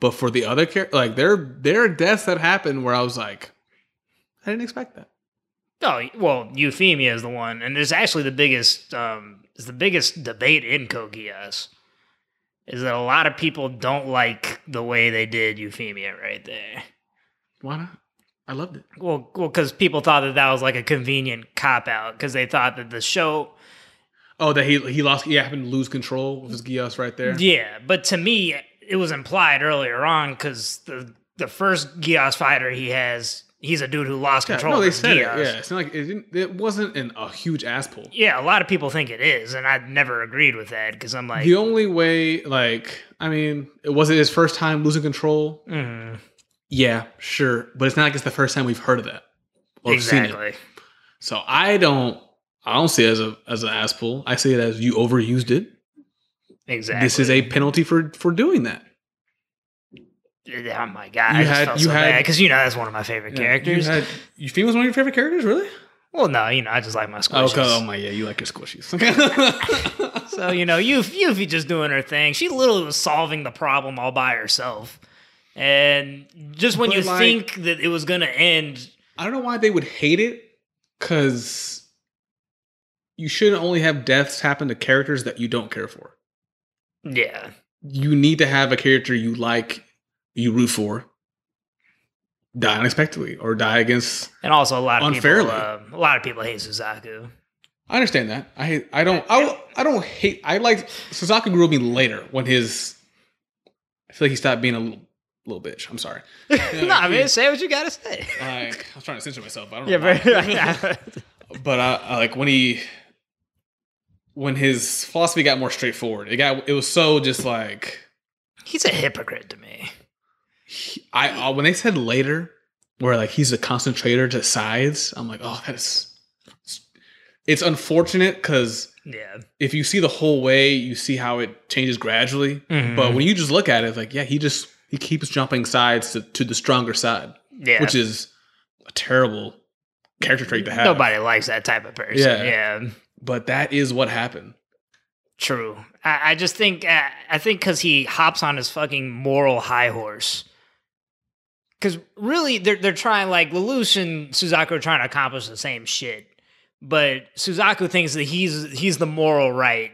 B: But for the other character, like there, there are deaths that happen where I was like, I didn't expect that.
A: Oh well, Euphemia is the one, and it's actually the biggest. Um, it's the biggest debate in Kogias. Is that a lot of people don't like the way they did Euphemia right there?
B: Why not? I loved it.
A: Well, well, because people thought that that was like a convenient cop out because they thought that the show.
B: Oh, that he he lost. He happened to lose control of his Gios right there.
A: Yeah, but to me, it was implied earlier on because the the first Gios fighter he has, he's a dude who lost
B: Yeah,
A: control.
B: no,
A: of
B: they
A: his
B: said it.
A: Gios.
B: Yeah, it's not like it, didn't, it wasn't an, a huge ass pull.
A: Yeah, a lot of people think it is, and I never agreed with that because I'm like,
B: The only way, like, I mean, it wasn't his first time losing control.
A: mm.
B: Yeah, sure, but it's not like it's the first time we've heard of that or seen it.
A: exactly.
B: So I don't, I don't see it as a as an ass pull. I see it as you overused it.
A: Exactly.
B: This is a penalty for for doing that.
A: oh my god!
B: You
A: I just
B: had-
A: felt
B: you
A: so
B: had-
A: because you know that's one of my favorite characters.
B: You, had, you think it was one of your favorite characters, really?
A: well, no, you know I just like my
B: Oh,
A: squishes.
B: okay. oh my, yeah, you like your squishies.
A: So you know, you Yuffie just doing her thing. She literally was solving the problem all by herself, and just when
B: But,
A: you
B: like-
A: think that it was gonna end,
B: I don't know why they would hate it, because you shouldn't only have deaths happen to characters that you don't care for.
A: yeah,
B: you need to have a character you like, you root for, die unexpectedly or die against.
A: And also a lot of
B: Unfairly.
A: people, uh, a lot of people hate Suzaku.
B: I understand that. I hate, I don't I, I don't hate. I like Suzaku grew on me later when his. I feel like he stopped being a little, little bitch. I'm sorry.
A: no, I mean,
B: he-
A: say what you gotta say.
B: Like, I was trying to censor myself. But I don't
A: yeah,
B: know why.
A: but yeah,
B: but I, I like when he when his philosophy got more straightforward it got it was so just like
A: he's a hypocrite to me.
B: he- i uh, when they said later where like he's a concentrator to sides i'm like oh that's it's unfortunate because
A: Yeah,
B: if you see the whole way you see how it changes gradually
A: Mhm.
B: but when you just look at it it's like yeah he just he keeps jumping sides to, to the stronger side
A: Mm-hmm. yeah.
B: which is a terrible character trait to have
A: Nobody likes that type of person.
B: Yeah.
A: yeah.
B: but that is what happened
A: True. I, I just think uh, I think because he hops on his fucking moral high horse. Because really, they're they're trying like Lelouch and Suzaku are trying to accomplish the same shit, but Suzaku thinks that he's he's the moral right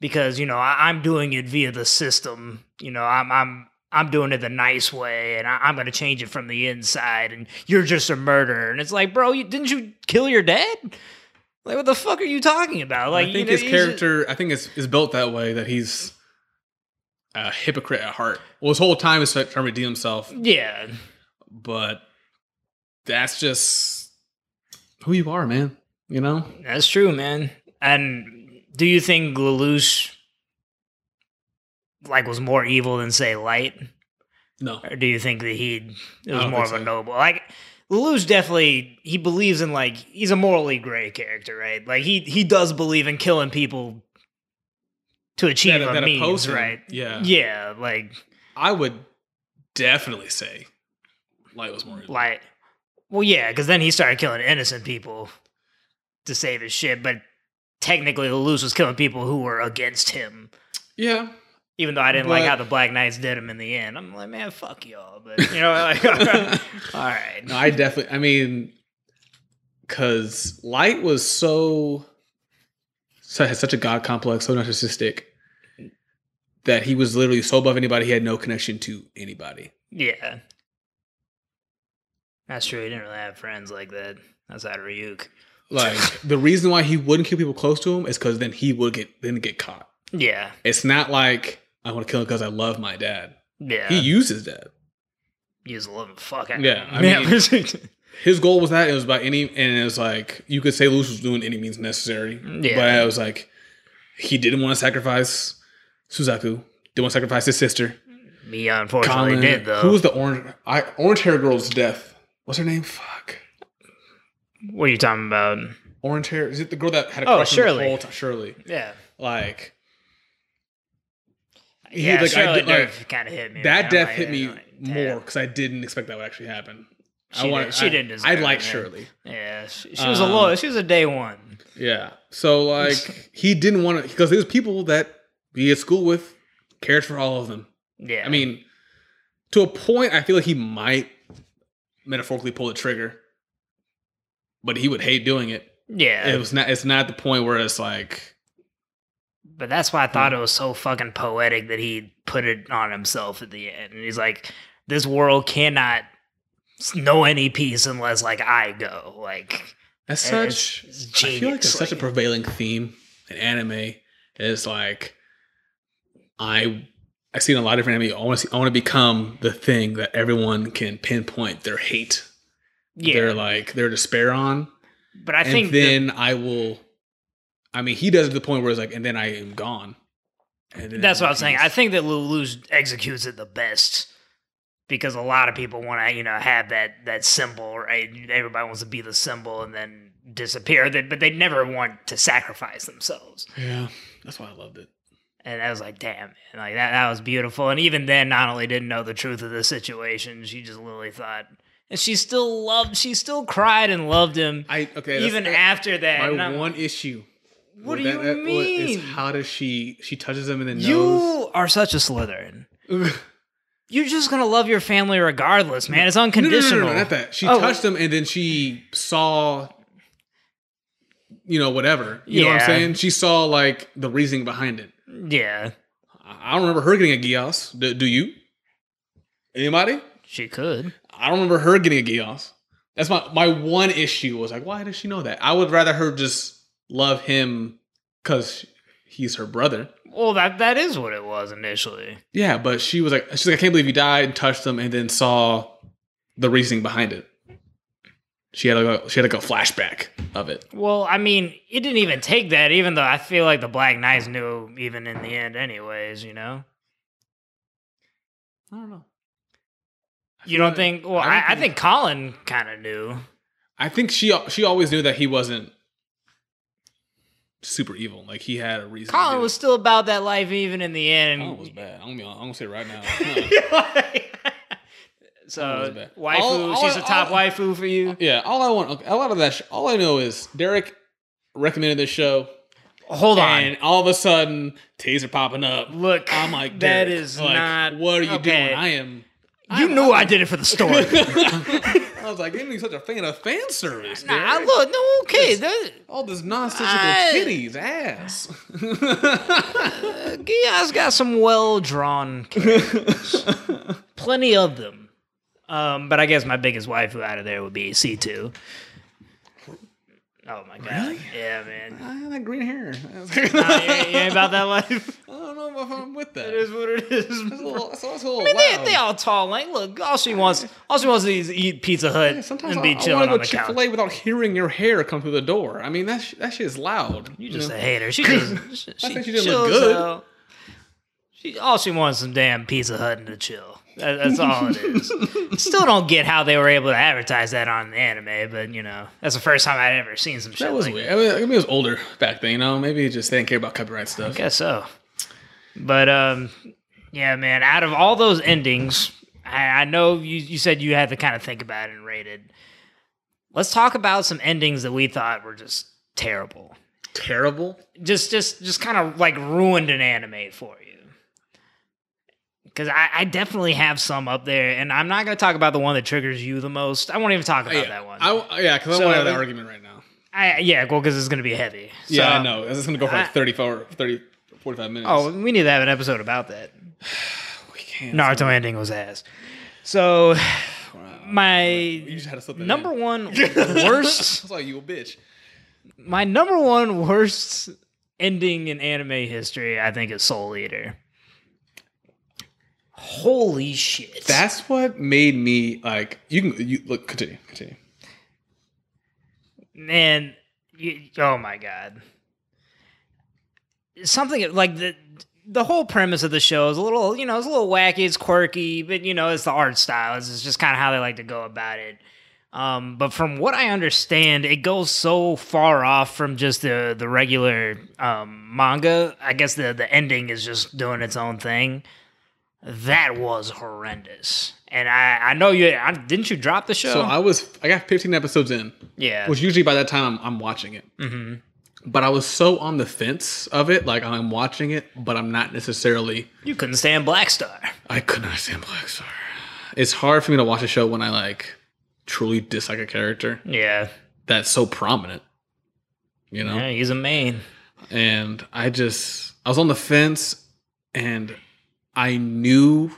A: because you know I, I'm doing it via the system. You know I'm I'm I'm doing it the nice way, and I, I'm going to change it from the inside. And you're just a murderer, and it's like, bro, you, didn't you kill your dad? Like, what the fuck are you talking about? Like,
B: I
A: you
B: think
A: know,
B: his
A: he's just-
B: character, I think, is is built that way that he's a hypocrite at heart. Well, his whole time is trying to redeem himself,
A: Yeah.
B: but that's just who you are, man. You know,
A: That's true, man. And do you think Lelouch like was more evil than say Light,
B: no,
A: or do you think that he it
B: I
A: was
B: don't
A: more of a
B: think so.
A: noble? Like Lelouch definitely he believes in like he's a morally gray character, right? Like he he does believe in killing people to achieve a means,
B: him,
A: right?
B: Yeah,
A: Yeah, like
B: I would definitely say Light was more.
A: like well yeah because then he started killing innocent people to save his shit but technically Lelouch was killing people who were against him
B: yeah,
A: even though I didn't like
B: But-
A: how the Black Knights did him in the end I'm like man fuck y'all but you know like alright. all right
B: No, I definitely. I mean, because Light was so, so had such a god complex, so narcissistic that he was literally so above anybody. He had no connection to anybody.
A: yeah that's true he didn't really have friends like that outside of Ryuk
B: Like the reason why he wouldn't kill people close to him is because then he would get then get caught.
A: yeah
B: It's not like I want to kill him because I love my dad.
A: yeah
B: He
A: he,
B: used his dad.
A: was a little fuck out
B: Yeah, I
A: yeah.
B: His goal was that it was by any, and it was like you could say Lucius was doing any means necessary.
A: Mm, Yeah.
B: But I was like, he didn't want to sacrifice Suzaku. Didn't want to sacrifice his sister.
A: me unfortunately did though
B: Who was the orange I orange hair girl's death? What's her name? Fuck.
A: what are you talking about
B: Orange hair. Is it the girl that had a
A: Oh,
B: crush on him
A: Shirley.
B: the whole time? Shirley.
A: yeah
B: Like He,
A: yeah,
B: like, I
A: Charlotte
B: did- like,
A: Nerve kind of hit me. man.
B: that
A: I'm
B: death
A: like,
B: hit me
A: I'm like, damn.
B: more because I didn't expect that would actually happen.
A: She
B: I
A: did-
B: wanted,
A: she
B: I,
A: didn't
B: I
A: deserve
B: like
A: it.
B: Shirley.
A: Yeah, she, she was a
B: Um,
A: low. She was a day one.
B: Yeah. So like he didn't want to because there's people that he at school with cared for all of them.
A: Yeah,
B: I mean, to a point, I feel like he might metaphorically pull the trigger, but he would hate doing it.
A: yeah,
B: It was not. It's not the point where it's like,
A: but that's why I thought
B: Hmm.
A: it was so fucking poetic that he put it on himself at the end. And he's like, "This world cannot s- know any peace unless like I go." Like,
B: that's
A: It's-
B: such.
A: it's
B: I feel like it's
A: genius,
B: such a
A: like-
B: prevailing theme in anime. Is like, I I've seen a lot of different anime. I want to see. I want to become the thing that everyone can pinpoint their hate,
A: yeah,
B: their like their despair on,
A: but I
B: and
A: think the-
B: then I will. I mean, he does it to the point where it's like, and then I am gone. And then
A: That's what I'm
B: he's-
A: saying. I think that Lelouch executes it the best because a lot of people want to, you know, have that that symbol, right? Everybody wants to be the symbol and then disappear, That- but they never want to sacrifice themselves.
B: Yeah, that's why I loved it.
A: And I was like, damn, man, like that that was beautiful. And even then, not only didn't know the truth of the situation, she just literally thought, and she still loved, she still cried and loved him
B: I okay.
A: even
B: that's,
A: after that.
B: my
A: and I'm-
B: one issue.
A: what do
B: with
A: you
B: that- that- what is
A: mean?
B: how does she? She touches him in the nose.
A: you are such a Slytherin. You're just gonna love your family regardless, man. It's unconditional.
B: No, no, no, no, not that. She
A: Oh.
B: touched him, and then she saw. You know, whatever. You know what
A: Yeah.
B: I'm saying? She saw like the reasoning behind it.
A: Yeah,
B: I- I I don't remember her getting a Gios. Do, do you? Anybody?
A: She could.
B: I don't remember her getting a Gios. That's my my one issue was like, why does she know that? I would rather her just love him because he's her brother.
A: Well, that that is what it was initially.
B: Yeah, but she was like, she's like, I can't believe you died and touched them, and then saw the reasoning behind it. She had like a, she had like a flashback of it.
A: Well, I mean, it didn't even take that. Even though I feel like the Black Knights knew, even in the end, anyways. You know,
B: I don't know.
A: you don't think? Well,
B: I don't
A: I, I
B: think-
A: think Colin kind of knew.
B: I think she she always knew that he wasn't super evil. Like he had a reason. to
A: Colin
B: do
A: was still about that life, even in the
B: it.
A: end.
B: Colin was bad. I'm gonna, be hon- I'm gonna say it right now. Colin was
A: so,
B: bad.
A: waifu,
B: All- all-
A: she's a top
B: all-
A: waifu for you.
B: yeah, all I want, a lot of that. Sh- all I know is Derek recommended this show,
A: Hold on.
B: and all of a sudden, titties are popping up.
A: Look,
B: I'm like,
A: that
B: Derek,
A: is
B: like,
A: not.
B: What are you
A: okay.
B: doing? I am.
A: you knew I did it for the story.
B: I was like, giving me such a fan of fan service.
A: nah, I
B: Derek.
A: look, no, okay, that,
B: all this nonsensical
A: I-
B: titties, ass.
A: uh, Gia's got some well drawn characters, plenty of them. Um, but I guess my biggest waifu out of there would be C two. Oh my god,
B: Really?
A: yeah, man.
B: I like green hair.
A: Nah, you, ain't- you ain't about that life.
B: I don't know if I'm with that.
A: It is what it is.
B: That's a little, that's, that's a little
A: I mean,
B: loud.
A: they, they all tall. Like, look, all she wants, all she wants is to eat Pizza Hut
B: Yeah, Sometimes
A: and be
B: I, I
A: chilling
B: want to
A: on
B: go
A: the
B: Chick
A: couch.
B: Fil A without hearing your hair come through the door. I mean, that sh- that shit is loud.
A: You just a hater. She just she,
B: I
A: she,
B: think she didn't
A: chills
B: look good.
A: out. She all she wants is some damn Pizza Hut and to chill. That, that's all it is. Still don't get how they were able to advertise that on anime, but you know that's the first time I'd ever seen some shit.
B: That was
A: like
B: weird. I mean, I mean, it was older back then, you know. Maybe it just they didn't care about copyright stuff.
A: I guess so. But um, yeah, man. Out of all those endings, I, I know you you said you had to kind of think about it and rate it. Let's talk about some endings that we thought were just terrible.
B: Terrible.
A: just just just kind of like ruined an anime for you because I, I definitely have some up there and i'm not going to talk about the one that triggers you the most i won't even talk about
B: Oh, yeah.
A: that one
B: I, yeah, because
A: So,
B: I want to have that
A: uh,
B: argument right now.
A: I, yeah well because it's going to be heavy So-
B: yeah, I know. This is gonna go for
A: I-
B: like 34, 30, 45 minutes.
A: oh we need to have an episode about that
B: we can't.
A: naruto ending was ass so
B: Wow. you
A: my
B: just had to slip that
A: number
B: in.
A: one worst
B: That's why you a bitch.
A: my number one worst ending in anime history i think is soul eater holy shit
B: That's what made me like. You can you look. Continue. Continue.
A: man you, oh my god something like the the whole premise of the show is a little you know it's a little wacky it's quirky but you know it's the art style it's, it's just kind of how they like to go about it um, but from what I understand, it goes so far off from just the the regular um, manga. I guess the the ending is just doing its own thing. That was horrendous, and I I know you I, didn't you drop the show?
B: So I was. I got 15 episodes in,
A: yeah,
B: which usually by that time I'm, I'm watching it.
A: hmm
B: But I was so on the fence of it. Like I'm watching it, but I'm not necessarily.
A: you couldn't stand Black Star.
B: I could not stand Black Star. It's hard for me to watch a show when I like truly dislike a character
A: Yeah.
B: that's so prominent. You know.
A: Yeah, he's a main.
B: and I just I was on the fence, and I knew.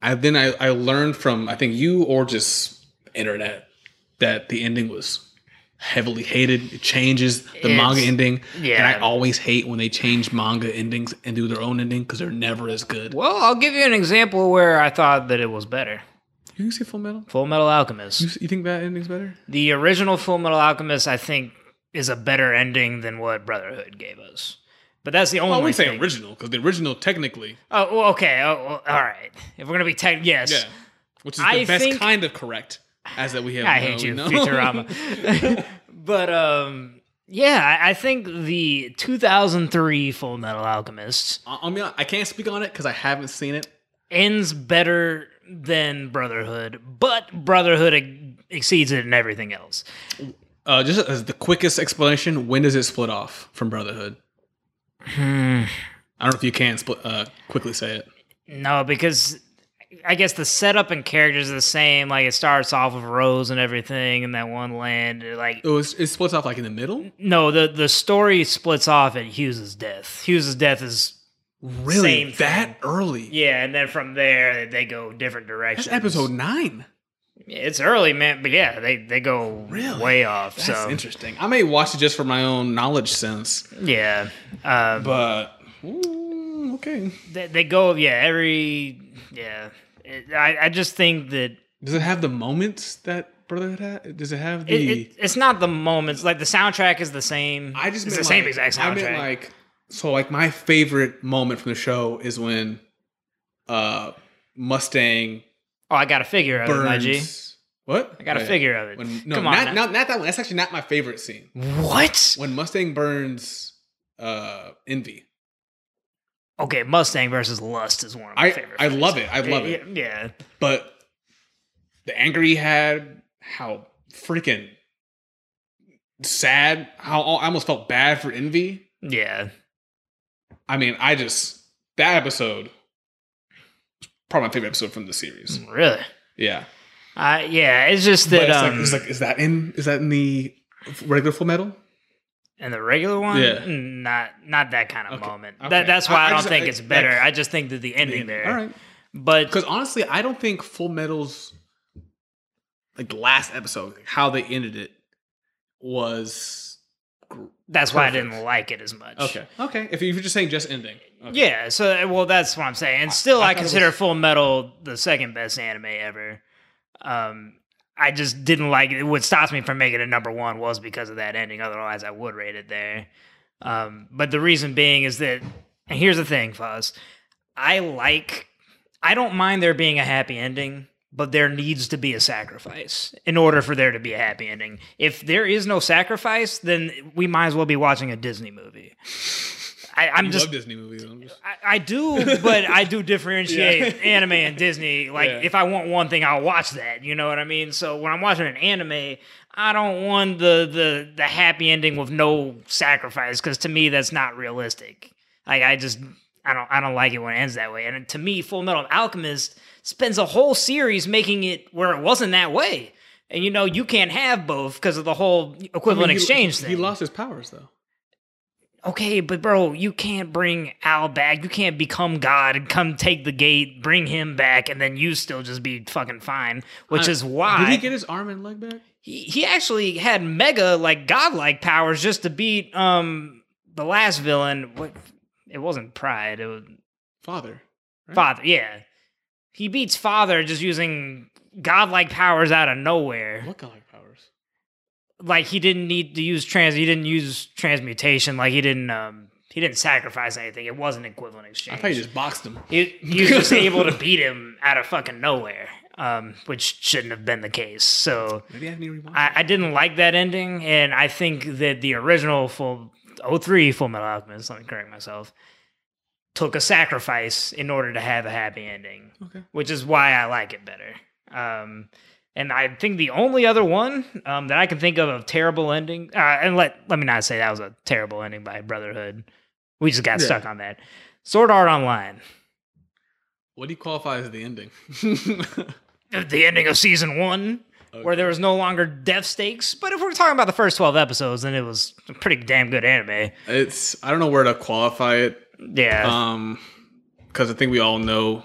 B: I then I, I learned from I think you or just internet that the ending was heavily hated. It changes the
A: It's-
B: manga ending, and I
A: yeah.
B: always hate when they change manga endings and do their own ending because they're never as good.
A: Well, I'll give you an example where I thought that it was better.
B: You can see Full Metal.
A: Full Metal
B: You,
A: Alchemist.
B: you think that ending's better?
A: The original Full Metal Alchemist, I think, is a better ending than what Brotherhood gave us. But that's the only
B: I wouldn't say
A: thing.
B: original because the original technically,
A: oh, well, okay. Oh, well, all right. If we're gonna be tech, yes.
B: yeah, which is the
A: I
B: best
A: think-
B: kind of correct as that we have.
A: I
B: now,
A: hate you,
B: know?
A: Futurama. but um, yeah, I, I think the 2003 Full Metal Alchemist
B: I- I'll be honest, I can't speak on it because I haven't seen it.
A: ends better than Brotherhood, but Brotherhood ex- exceeds it in everything else.
B: Uh, just as the quickest explanation, when does it split off from Brotherhood?
A: Hmm.
B: I don't know if you can split, uh, quickly say it.
A: No, because I guess the setup and characters are the same. Like it starts off with Rose and everything in that one land. Like
B: It, was, it splits off like in the middle.
A: no, the the story splits off at Hughes's death. Hughes's death is
B: Really?
A: Same
B: that
A: thing.
B: early?
A: Yeah, and then from there they go different
B: That's
A: directions.
B: episode nine.
A: It's early, man, but yeah, they they go
B: Really?
A: way off.
B: That's
A: so
B: interesting. I may watch it just for my own knowledge sense,
A: yeah, um,
B: but mm, okay.
A: they, they go yeah every yeah. It- I I just think that
B: Does it have the moments that Brotherhood had? Does it have the?
A: it, it, it's not the moments like the soundtrack is the same.
B: I just
A: it's
B: meant
A: the
B: like,
A: same exact
B: I
A: soundtrack.
B: meant like so like my favorite moment from the show is when uh Mustang
A: oh, I got a figure of it, my G.
B: burns. What?
A: I got a
B: Oh, yeah.
A: figure of it.
B: When, no,
A: Come on
B: not,
A: now.
B: not not that one. That's actually not my favorite scene.
A: What?
B: When Mustang burns uh Envy.
A: Okay, Mustang versus Lust is one of my
B: I
A: favorite.
B: I
A: fights.
B: love it. I love it.
A: Yeah,
B: But the anger he had, how freaking sad, how I almost felt bad for Envy.
A: yeah.
B: I mean, I just that episode was probably my favorite episode from the series.
A: Really?
B: Yeah,
A: I yeah. It's just Mm. that
B: but it's,
A: um,
B: like, it's like, is that in is that in the regular Full Metal?
A: and the regular one,
B: Yeah.
A: Mm, not not that kind of
B: Okay,
A: moment.
B: okay.
A: That that's why
B: I-
A: I,
B: I
A: don't
B: just-
A: think
B: I-
A: it's better.
B: like-
A: I just think that the ending there.
B: All right,
A: But
B: because honestly, I don't think Full Metal's like last episode, like, how they ended it, was gr-
A: that's why I
B: perfect.
A: didn't like it as much.
B: okay. Okay, if you- if you're just saying just ending, okay.
A: Yeah, so uh, well, that's what I'm saying. And still,
B: I
A: I,
B: thought it
A: consider
B: was-
A: Full Metal the second best anime ever. Um, I just didn't like it. What stops me from making it number one was because of that ending. Otherwise, I would rate it there. Um, but the reason being is that, and here's the thing, Foz. I like, I don't mind there being a happy ending, but there needs to be a sacrifice in order for there to be a happy ending. If there is no sacrifice, then we might as well be watching a Disney movie. I, I'm
B: You
A: just
B: love Disney movies. I'm just-
A: I, I do, but I do differentiate
B: Yeah.
A: anime and Disney. Like,
B: Yeah.
A: if I want one thing, I'll watch that. You know what I mean? So when I'm watching an anime, I don't want the the the happy ending with no sacrifice because to me that's not realistic. Like, I just I don't I don't like it when it ends that way. And to me, Full Metal Alchemist spends a whole series making it where it wasn't that way. And you know you can't have both because of the whole equivalent
B: I mean, he-
A: exchange
B: He
A: thing.
B: lost his powers though.
A: Okay, but bro, you can't bring Al back. You can't become God and come take the gate, bring him back, and then you still just be fucking fine. Which
B: I-
A: is why
B: Uh, Did he get his arm and leg back?
A: he, he actually had mega like godlike powers just to beat um the last villain. What it wasn't Pride, it was
B: Father. right?
A: Father. Yeah, he beats Father just using godlike powers out of nowhere.
B: What kind of powers?
A: like he didn't need to use trans he didn't use transmutation like he didn't um he didn't sacrifice anything it wasn't equivalent
B: I
A: exchange
B: thought you just boxed him.
A: he, he was just able to beat him out of fucking nowhere um which shouldn't have been the case so
B: Maybe I haven't even watched.
A: i, I didn't like that ending and i think that the original full 03 full metal alchemist let me correct myself took a sacrifice in order to have a happy ending
B: it. Okay.
A: which is why I like it better. Um, and I think the only other one um, that I can think of of terrible ending, uh, and let let me not say that was a terrible ending by Brotherhood. We just got
B: Yeah.
A: stuck on that. Sword Art Online,
B: What do you qualify as the ending?
A: the- the ending of season one, where there was no longer death stakes. But if we're talking about the first twelve episodes, then it was a pretty damn good anime.
B: it's I don't know where to qualify it,
A: Yeah,
B: um, because I think we all know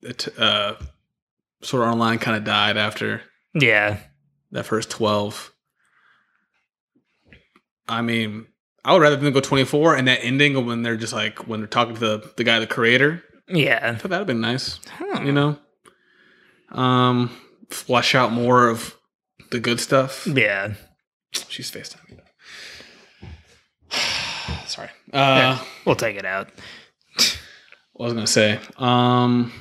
B: that uh, Sword Art Online kind of died after
A: yeah,
B: that first twelve. I mean, I would rather them go twenty four and that ending of when they're just like when they're talking to the the guy, the creator.
A: yeah. Hmm.
B: I thought that'd been nice,
A: Huh.
B: you know. Um, flesh out more of the good stuff.
A: yeah.
B: She's FaceTiming. me. Sorry. Uh,
A: We'll take it out.
B: What was I gonna say? Um,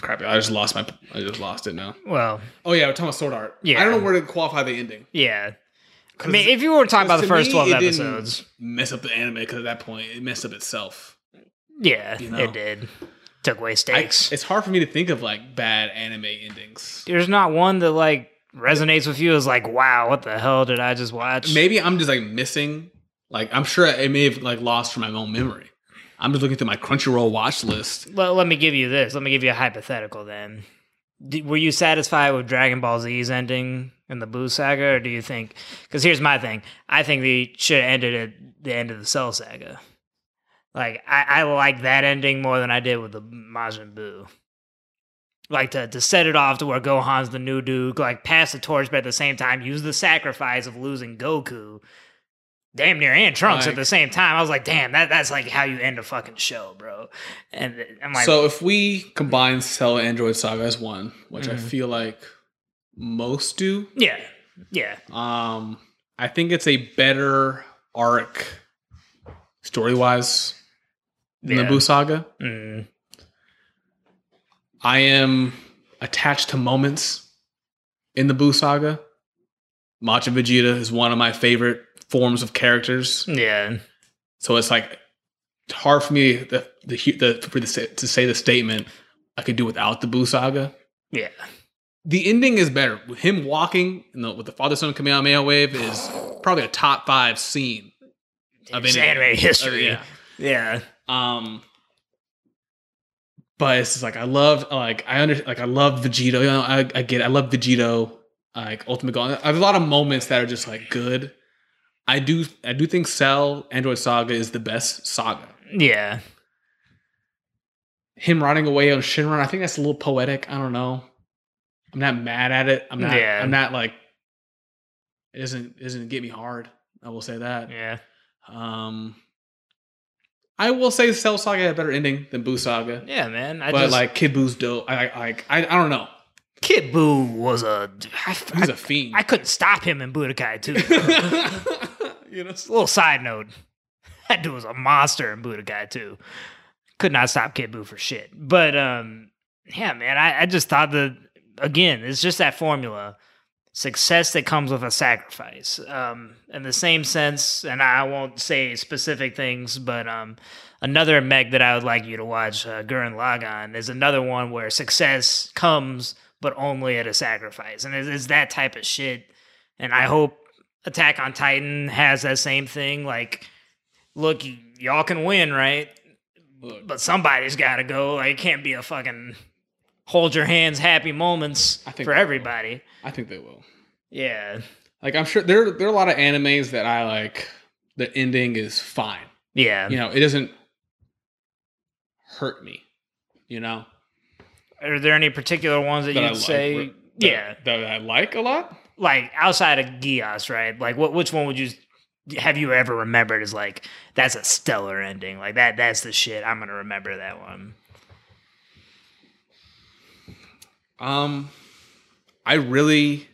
B: crap! I just lost my. I just lost it now.
A: Well,
B: Oh yeah, we're talking about sword art.
A: Yeah.
B: I don't know where to qualify the ending.
A: yeah. I
B: 'Cause
A: mean, if you were talking about the
B: to me,
A: first twelve
B: it didn't
A: episodes,
B: mess up the anime because at that point it messed up itself.
A: Yeah,
B: You know?
A: it did. Took away
B: I-
A: stakes.
B: it's hard for me to think of like bad anime endings.
A: There's not one that like resonates with you as like, wow, what the hell did I just watch?
B: Maybe I'm just like missing. Like I'm sure it may have like lost from my own memory. I'm just looking through my Crunchyroll watch list.
A: Well, let me give you this. Let me give you a hypothetical then. D were you satisfied with Dragon Ball Z's ending in the Boo Saga, or do you think? Because here's my thing. I think they should have ended at the end of the Cell Saga. Like I, I like that ending more than I did with the Majin Buu. Like to to set it off to where Gohan's the new dude, like pass the torch, but at the same time use the sacrifice of losing Goku, damn near and Trunks
B: Like-
A: at the same time. I was like, damn, that that's like how you end a fucking show, bro. And th- I'm like,
B: so if we combine Cell and Android Saga as one, which I
A: Mhm.
B: feel like most do,
A: yeah, yeah,
B: um, I think it's a better arc story wise than
A: Yeah.
B: the Buu Saga.
A: mm,
B: I am attached to moments in the Buu Saga. Machin Vegeta is one of my favorite forms of characters.
A: yeah,
B: So it's like it's hard for me the the, hu- the, for the sa- to say the statement I could do without the Buu Saga.
A: yeah.
B: The ending is better. With Him walking and the, with the father son Kamehameha wave is probably a top five scene. Of
A: It's
B: any-
A: anime
B: Uh,
A: history.
B: yeah.
A: yeah.
B: Um, but it's just like I love like I under like I love Vegito. You know, I, I get it. I love Vegito. Like Ultimate Goal. I have a lot of moments that are just like good. I do I do think Cell Android Saga is the best saga.
A: Yeah.
B: Him running away on Shinron, I think that's a little poetic. I don't know. I'm not mad at it. I'm not.
A: Yeah.
B: I'm not like. It isn't isn't get me hard. I will say that.
A: Yeah.
B: Um. I will say Cell Saga had a better ending than Boo Saga.
A: Yeah, man. I
B: but
A: just like
B: like Kid Boo's dope. I I- like I, I don't know.
A: Kid Boo was a I,
B: He's
A: I-
B: a fiend.
A: I couldn't stop him in Budokai too.
B: you know. s-
A: Little side note. That dude was a monster in Budokai too. Could not stop Kid Boo for shit. But um yeah, man, I, I just thought that again, it's just that formula. Success that comes with a sacrifice. Um, in the same sense, and I won't say specific things, but um, another mech that I would like you to watch, uh, Gurren Lagann, is another one where success comes, but only at a sacrifice, and it's, it's that type of shit. And I hope Attack on Titan has that same thing. Like, look, y- y'all can win, right?
B: Look,
A: But somebody's got to go. Like, it can't be a fucking hold your hands happy moments
B: I think
A: for
B: they will.
A: everybody.
B: I think they will.
A: Yeah,
B: Like I'm sure there there are a lot of animes that I like. The ending is fine.
A: yeah.
B: You know, it doesn't hurt me. You know
A: Are there any particular ones that,
B: That I
A: you'd
B: like,
A: say?
B: re- that-
A: yeah,
B: that I like a lot.
A: like outside of Gios, right? Like what which one would you have you ever remembered as like that's a stellar ending. Like that that's the shit. I'm going to remember that one.
B: Um, I really.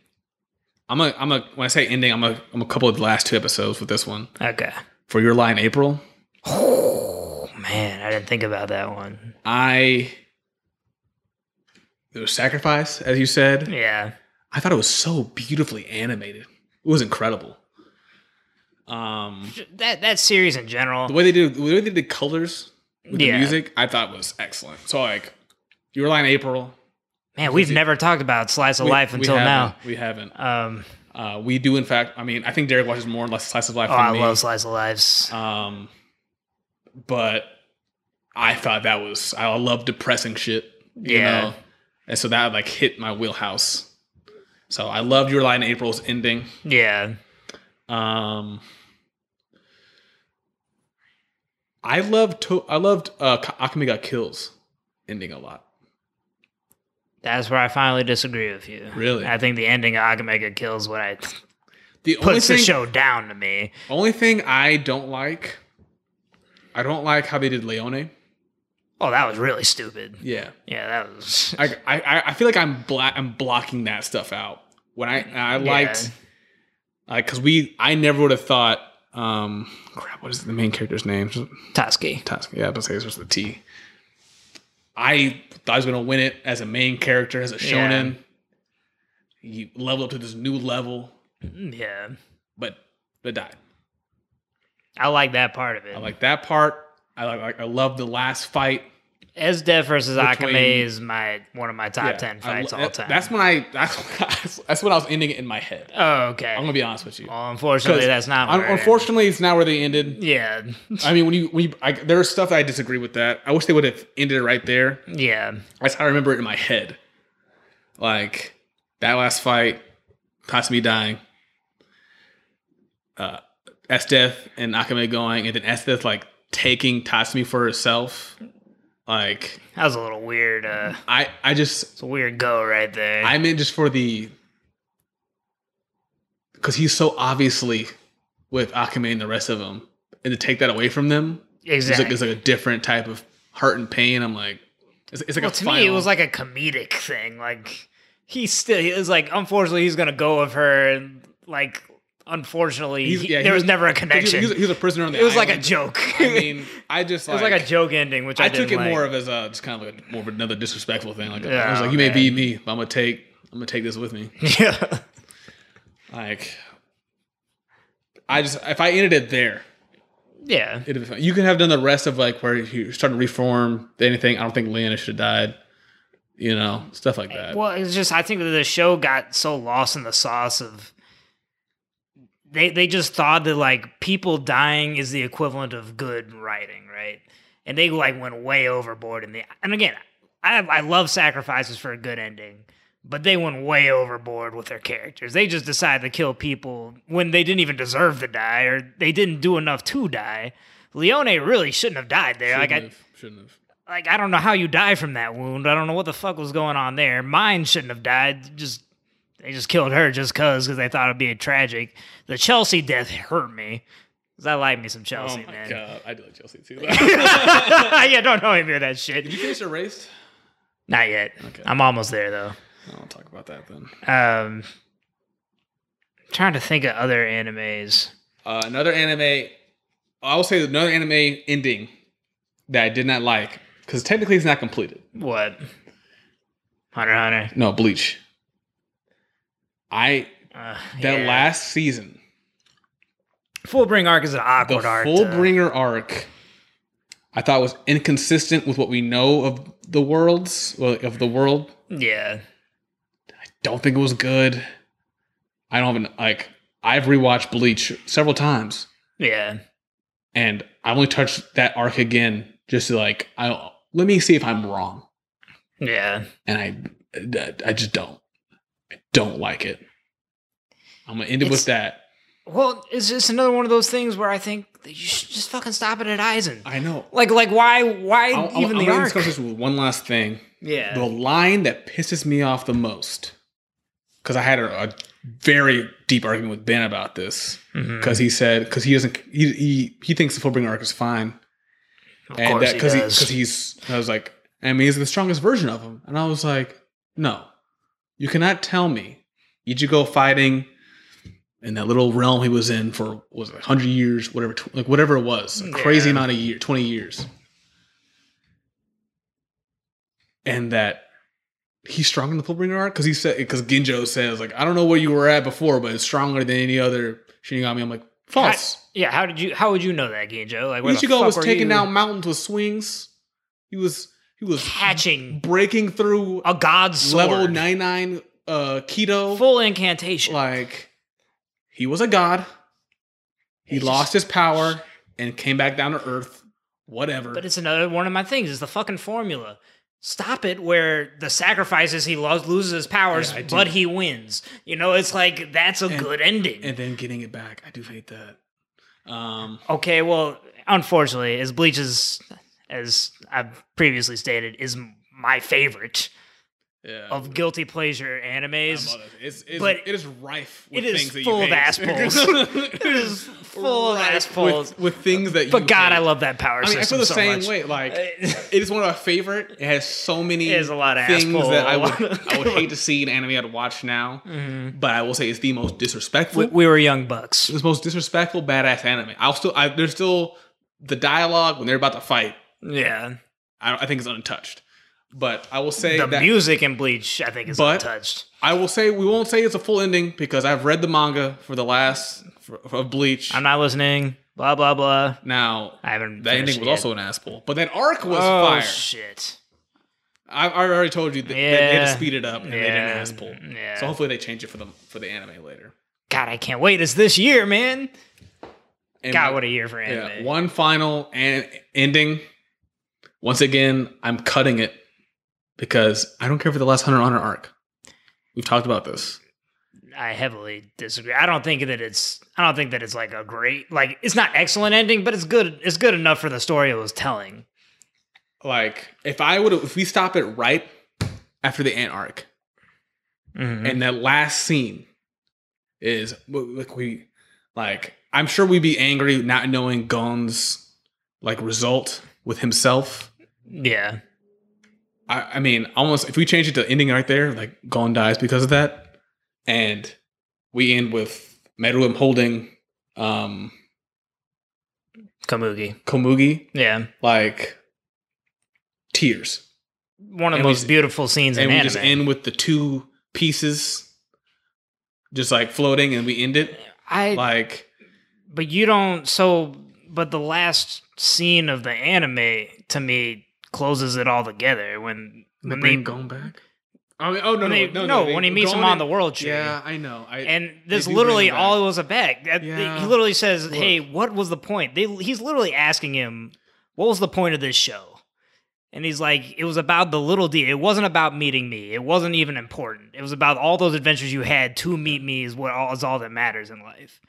B: I'm a I'm a when I say ending I'm a I'm a couple of the last two episodes with this one
A: Okay.
B: for your line April.
A: Oh, man, I didn't think about that one.
B: I there was sacrifice, as you said.
A: Yeah.
B: I thought it was so beautifully animated. It was incredible. Um,
A: That that series in
B: the
A: general.
B: way they did the way they did the colors with
A: Yeah.
B: the music, I thought was excellent. So like, you rely on April.
A: Man, we've
B: We-
A: never talked about slice of
B: We-
A: life
B: we
A: until now.
B: haven't. We haven't.
A: Um
B: Uh, we do, in fact. I mean, I think Derek watches more and less slice of life
A: oh,
B: than
A: I
B: me.
A: love slice of lives.
B: um, but I thought that was I love depressing shit. You
A: Yeah.
B: Know? And so that like hit my wheelhouse. So I loved your line April's ending.
A: yeah.
B: Um I loved to- I loved uh Ka- Akame got kills ending a lot.
A: That's where I finally disagree with you.
B: Really?
A: I think the ending of Agamega kills what I
B: The only
A: puts the
B: thing
A: show down to me.
B: only thing I don't like I don't like how they did Leone.
A: Oh, that was really stupid.
B: Yeah.
A: Yeah, that was
B: I I I- I feel like I'm black I'm blocking that stuff out. When I I liked like cuz we I never would have thought um crap what is the main character's name?
A: Toski.
B: Task. Yeah, but say it's just the T. I thought I was gonna win it as a main character, as a shonen. You level up to this new level,
A: Yeah,
B: but but died.
A: I like that part of it.
B: I like that part. I like, like I love the last fight.
A: Es Death versus
B: Between-
A: Akame is my one of my top
B: Yeah,
A: ten
B: I lo-
A: fights all
B: that-
A: time.
B: That's when I that's, that's when I was ending it in my head.
A: oh okay.
B: I'm gonna be honest with you.
A: well, unfortunately,
B: 'Cause
A: that's not.
B: Un-
A: where it
B: unfortunately, it's not where they ended.
A: ended. Yeah,
B: I mean, when you when you, I, there's stuff that I disagree with that. I wish they would have ended it right there.
A: yeah,
B: That's how I remember it in my head. Like that last fight, Tatsumi dying, uh, S Death and Akame going, and then S Death like taking Tatsumi for herself. Like
A: That was a little weird. Uh,
B: I, I just
A: it's a weird go right there.
B: Mm-hmm. I meant just for the because he's so obviously with Akame and the rest of them, and to take that away from them is
A: exactly.
B: like, is like a different type of hurt and pain. I'm like, it's, it's like
A: well,
B: a
A: to
B: final,
A: me, it was like a comedic thing. Like he's still. It was like unfortunately, he's gonna go with her. And like unfortunately,
B: He's-
A: he-
B: yeah, he
A: there
B: was-
A: was never a
B: 'cause He,
A: connection.
B: was- he was a prisoner on the.
A: it was like a
B: island.
A: joke.
B: I mean, I just
A: it
B: like,
A: was like a joke ending, which I,
B: I took it
A: didn't like.
B: more of as a just kind of like a, more of another disrespectful thing. Like I was
A: Yeah,
B: like, you may
A: man.
B: be me, but I'm gonna take I'm gonna take this with me.
A: yeah.
B: Like I just if I ended it there,
A: Yeah.
B: it'd be fine. You could have done the rest of like where you starting to reform anything. I don't think Leanna should have died. You know, stuff like that.
A: Well, it's just I think that the show got so lost in the sauce of they they just thought that like people dying is the equivalent of good writing, right? And they like went way overboard in the and again, I I love sacrifices for a good ending, but they went way overboard with their characters. They just decided to kill people when they didn't even deserve to die or they didn't do enough to die. Leone really shouldn't have died there.
B: shouldn't,
A: like I,
B: have, shouldn't have.
A: like I don't know how you die from that wound. I don't know what the fuck was going on there. Mine shouldn't have died. Just they just killed her just cause because they thought it'd be tragic. The Chelsea death hurt me. 'Cause I like me some
B: Oh
A: Chelsea,
B: my
A: man.
B: god, I do like Chelsea too.
A: yeah, don't know him hear that
B: Did
A: shit.
B: you finish erased?
A: Not yet.
B: Okay.
A: I'm almost there though.
B: I don't talk about that then.
A: Um, trying to think of other animes.
B: Uh, another anime. I will say another anime ending that I did not like because technically it's not completed.
A: What? Hunter x Hunter.
B: No, Bleach. I
A: Uh,
B: that
A: yeah.
B: last season,
A: Fullbring arc is an
B: the
A: awkward arc. to-
B: Fullbringer arc, I thought was inconsistent with what we know of the worlds well, of the world.
A: Yeah.
B: Don't think it was good. I don't even like. I've rewatched Bleach several times,
A: Yeah.
B: and I've only touched that arc again just to like. I let me see if I'm wrong.
A: Yeah.
B: and I I just don't I don't like it. I'm gonna end it
A: It's-
B: with that.
A: Well, it's just another one of those things where I think that you should just fucking stop it at Eisen.
B: I know.
A: Like, like why, why
B: I'll,
A: even
B: I'll,
A: the
B: I'll end
A: arc?
B: this conversation with one last thing. The
A: yeah,
B: line that pisses me off the most, because I had a, a very deep argument with Ben about this,
A: Mhm.
B: because he said because he doesn't he, he he thinks the Fullbringer arc is fine,
A: of
B: and
A: course
B: that because
A: he
B: he
A: does.
B: because he's I was like I mean he's the strongest version of him, and I was like no, you cannot tell me Ichigo fighting in that little realm he was in for what was it hundred years whatever tw- like whatever it was a crazy
A: Yeah.
B: amount of year twenty years, and that. He's stronger than the Fullbringer art because he said because Ginjo says like I don't know where you were at before, but it's stronger than any other Shinigami. I'm like false.
A: yeah, how did you? How would you know that, Genjo? Like, where the
B: Ichigo
A: fuck
B: was
A: were
B: taking
A: you
B: down mountains with swings. He was he was
A: catching
B: breaking through
A: a god's sword,
B: level 99 uh keto.
A: full incantation.
B: Like he was a god. He,
A: He
B: lost his power and came back down to earth. Whatever.
A: But it's another one of my things. It's the fucking formula. Stop it where the sacrifices he lo- loses his powers,
B: Yeah, I do.
A: but he wins. You know, it's like that's a
B: And-
A: good ending.
B: and then getting it back. I do hate that. Um
A: Okay, well, unfortunately, as Bleach is, as I've previously stated, is m- my favorite
B: yeah.
A: of guilty pleasure animes.
B: I'm- it's, it's,
A: but
B: it is rife with
A: it is
B: things that
A: full
B: you
A: of
B: hate.
A: ass pulls. It is full of
B: Rife
A: ass pulls.
B: with, with things that
A: But
B: you
A: God,
B: hate.
A: I love that power
B: I mean, I
A: system
B: feel the
A: so
B: same
A: much.
B: way. Like,
A: Uh,
B: it is one of my favorite. It has so many
A: It has a lot of
B: things
A: asshole.
B: that I would I would hate to see an anime I'd watch now. But I will say it's the most disrespectful.
A: we, Mm-hmm. we were young bucks.
B: it's the most disrespectful badass anime. I'll still I, there's still the dialogue when they're about to fight.
A: Yeah,
B: I, I think is untouched. But I will say
A: the
B: that
A: music in Bleach, I think, is
B: But-
A: untouched.
B: I will say we won't say it's a full ending because I've read the manga for the last for, of Bleach.
A: I'm not listening. Blah blah blah.
B: now
A: I haven't.
B: that ending was also an asshole, but that arc was
A: oh
B: fire.
A: shit.
B: I, I already told you that they- they had to
A: Yeah.
B: speed it up and they didn't ass pull.
A: Yeah.
B: So hopefully they change it for the for the anime later.
A: God, I can't wait. It's this year, man.
B: And
A: God,
B: my-
A: what a year for anime.
B: yeah, one final an- ending. Once again, I'm cutting it because I don't care for the last Hunter Honor arc. We've talked about this.
A: I heavily disagree. I don't think that it's I don't think that it's like a great like it's not excellent ending, but it's good it's good enough for the story it was telling.
B: Like if I would if we stop it right after the ant arc
A: Mhm.
B: and that last scene is like we like I'm sure we'd be angry not knowing Gon's like result with himself.
A: yeah.
B: I, I mean, almost if we change it to ending right there, like Gon dies because of that, and we end with Meruem holding um
A: Kamugi.
B: Komugi
A: Yeah.
B: like tears.
A: One of
B: And
A: the
B: we
A: most
B: just-
A: beautiful scenes in
B: and we
A: anime.
B: just end with the two pieces just like floating and we end it
A: I
B: like
A: but you don't so but the last scene of the anime to me closes it all together when when they,
B: going back oh, oh no,
A: when they-
B: no no
A: when he meets him on the world tree.
B: yeah i know i
A: And this
B: do bring
A: literally
B: him back.
A: all it was a bag. That-
B: Yeah.
A: He literally says,
B: Look.
A: "Hey, what was the point?" They, he's literally asking him, "What was the point of this show?" And he's like, "It was about the little D. It wasn't about meeting me. It wasn't even important. It was about all those adventures you had to meet me. Is what all, is all that matters in life."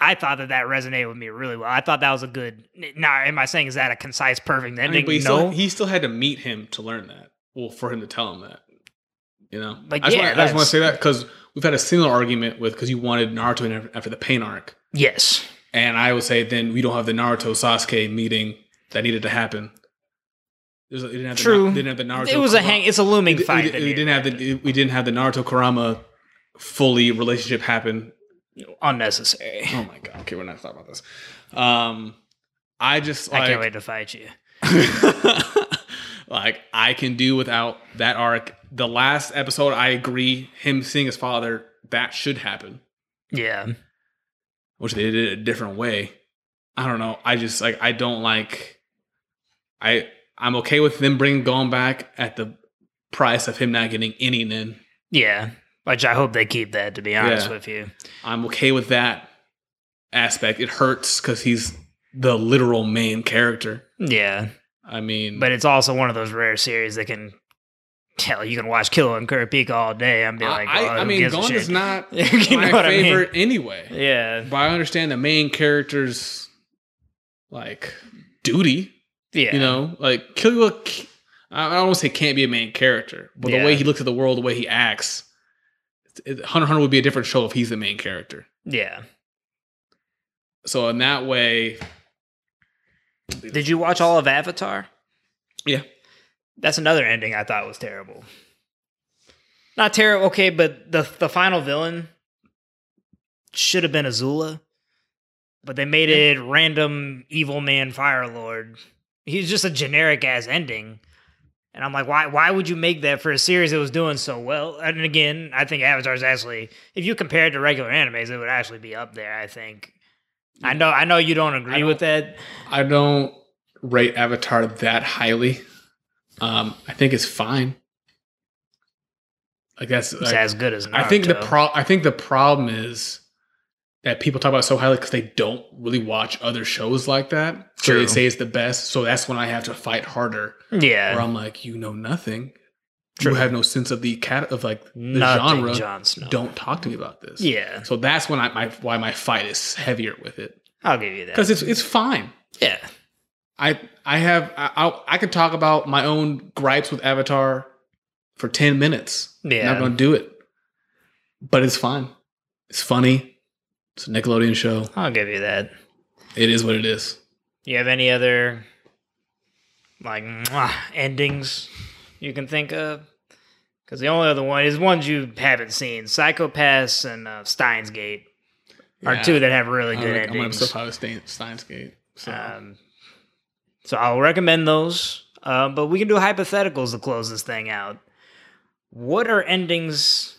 A: I thought that that resonated with me really well. I thought that was a good. Now, am I saying is that a concise, perfect
B: I
A: ending?
B: mean, but he,
A: no,
B: still, he still had to meet him to learn that well for him to tell him that you know
A: But
B: i just
A: yeah,
B: wanna- I just want
A: that's-
B: to say that because we've had a similar argument with because you wanted naruto in after the pain arc
A: yes,
B: And I would say then we don't have the Naruto Sasuke meeting that needed to happen. There's a- they didn't have
A: True.
B: The, Na- didn't have the Naruto.
A: it was a
B: Kura-
A: hang. It's a looming
B: We,
A: fight.
B: we,
A: that
B: we didn't have the we didn't have the Naruto Kurama fully relationship happen.
A: unnecessary.
B: Oh my god! Okay, we're not talking about this. Um, I just like
A: I can't wait to fight you.
B: like I can do without that arc. The last episode, I agree. Him seeing his father that should happen.
A: Yeah.
B: which they did it a different way. I don't know. I just like I don't like. I I'm okay with them bringing Gon back at the price of him not getting any Nin.
A: Yeah. Which I hope they keep that, to be honest
B: Yeah.
A: with you.
B: I'm okay with that aspect. It hurts because he's the literal main character.
A: Yeah.
B: I mean,
A: But it's also one of those rare series that can tell you can watch Kilo and Kurapika all day and be like,
B: I,
A: oh,
B: I
A: who
B: mean,
A: gives a
B: Gon
A: shit?
B: is not
A: You know
B: my
A: what I mean?
B: favorite anyway.
A: Yeah.
B: But I understand the main character's like duty.
A: Yeah.
B: You know, like Killua, c- I I don't want to say can't be a main character, but the way
A: Yeah.
B: he looks at the world, the way he acts, it- Hunter x Hunter would be a different show if he's the main character.
A: Yeah.
B: So in that way,
A: Did you watch all of Avatar?
B: Yeah.
A: That's another ending I thought was terrible. Not terrible, okay, but the the final villain should have been Azula, but they made it random evil man Fire Lord. He's just a generic ass ending. And I'm like, why why would you make that for a series that was doing so well? And again, I think Avatar's actually if you compare it to regular animes, it would actually be up there, I think. I know I know you don't agree with that.
B: I don't rate Avatar that highly. Um, I think it's fine. Like that's
A: It's
B: like,
A: as good as
B: I think the
A: Naruto.
B: pro I think the problem is that people talk about it so highly because they don't really watch other shows like that. So
A: True.
B: they say it's the best. So that's when I have to fight harder.
A: yeah
B: Where I'm like, you know nothing.
A: True.
B: You have no sense of the cat of like the
A: Nothing
B: genre.
A: Jon Snow.
B: Don't talk to me about this.
A: Yeah,
B: So that's when I my why my fight is heavier with it
A: I'll give you that.
B: because it's it's fine.
A: yeah,
B: I I have I I'll, I could talk about my own gripes with Avatar for ten minutes.
A: yeah.
B: I'm not gonna do it. But it's fine. It's funny. It's a Nickelodeon show.
A: I'll give you that.
B: It is what it is.
A: You have any other like mwah, endings you can think of? Because the only other one is ones you haven't seen: Psychopaths and uh, Steins Gate are
B: Yeah.
A: two that have really
B: I'm
A: good
B: like- I'm gonna
A: endings.
B: still Stein, Steins Gate. So
A: um, so I'll recommend those. Uh, but we can do hypotheticals to close this thing out. What are endings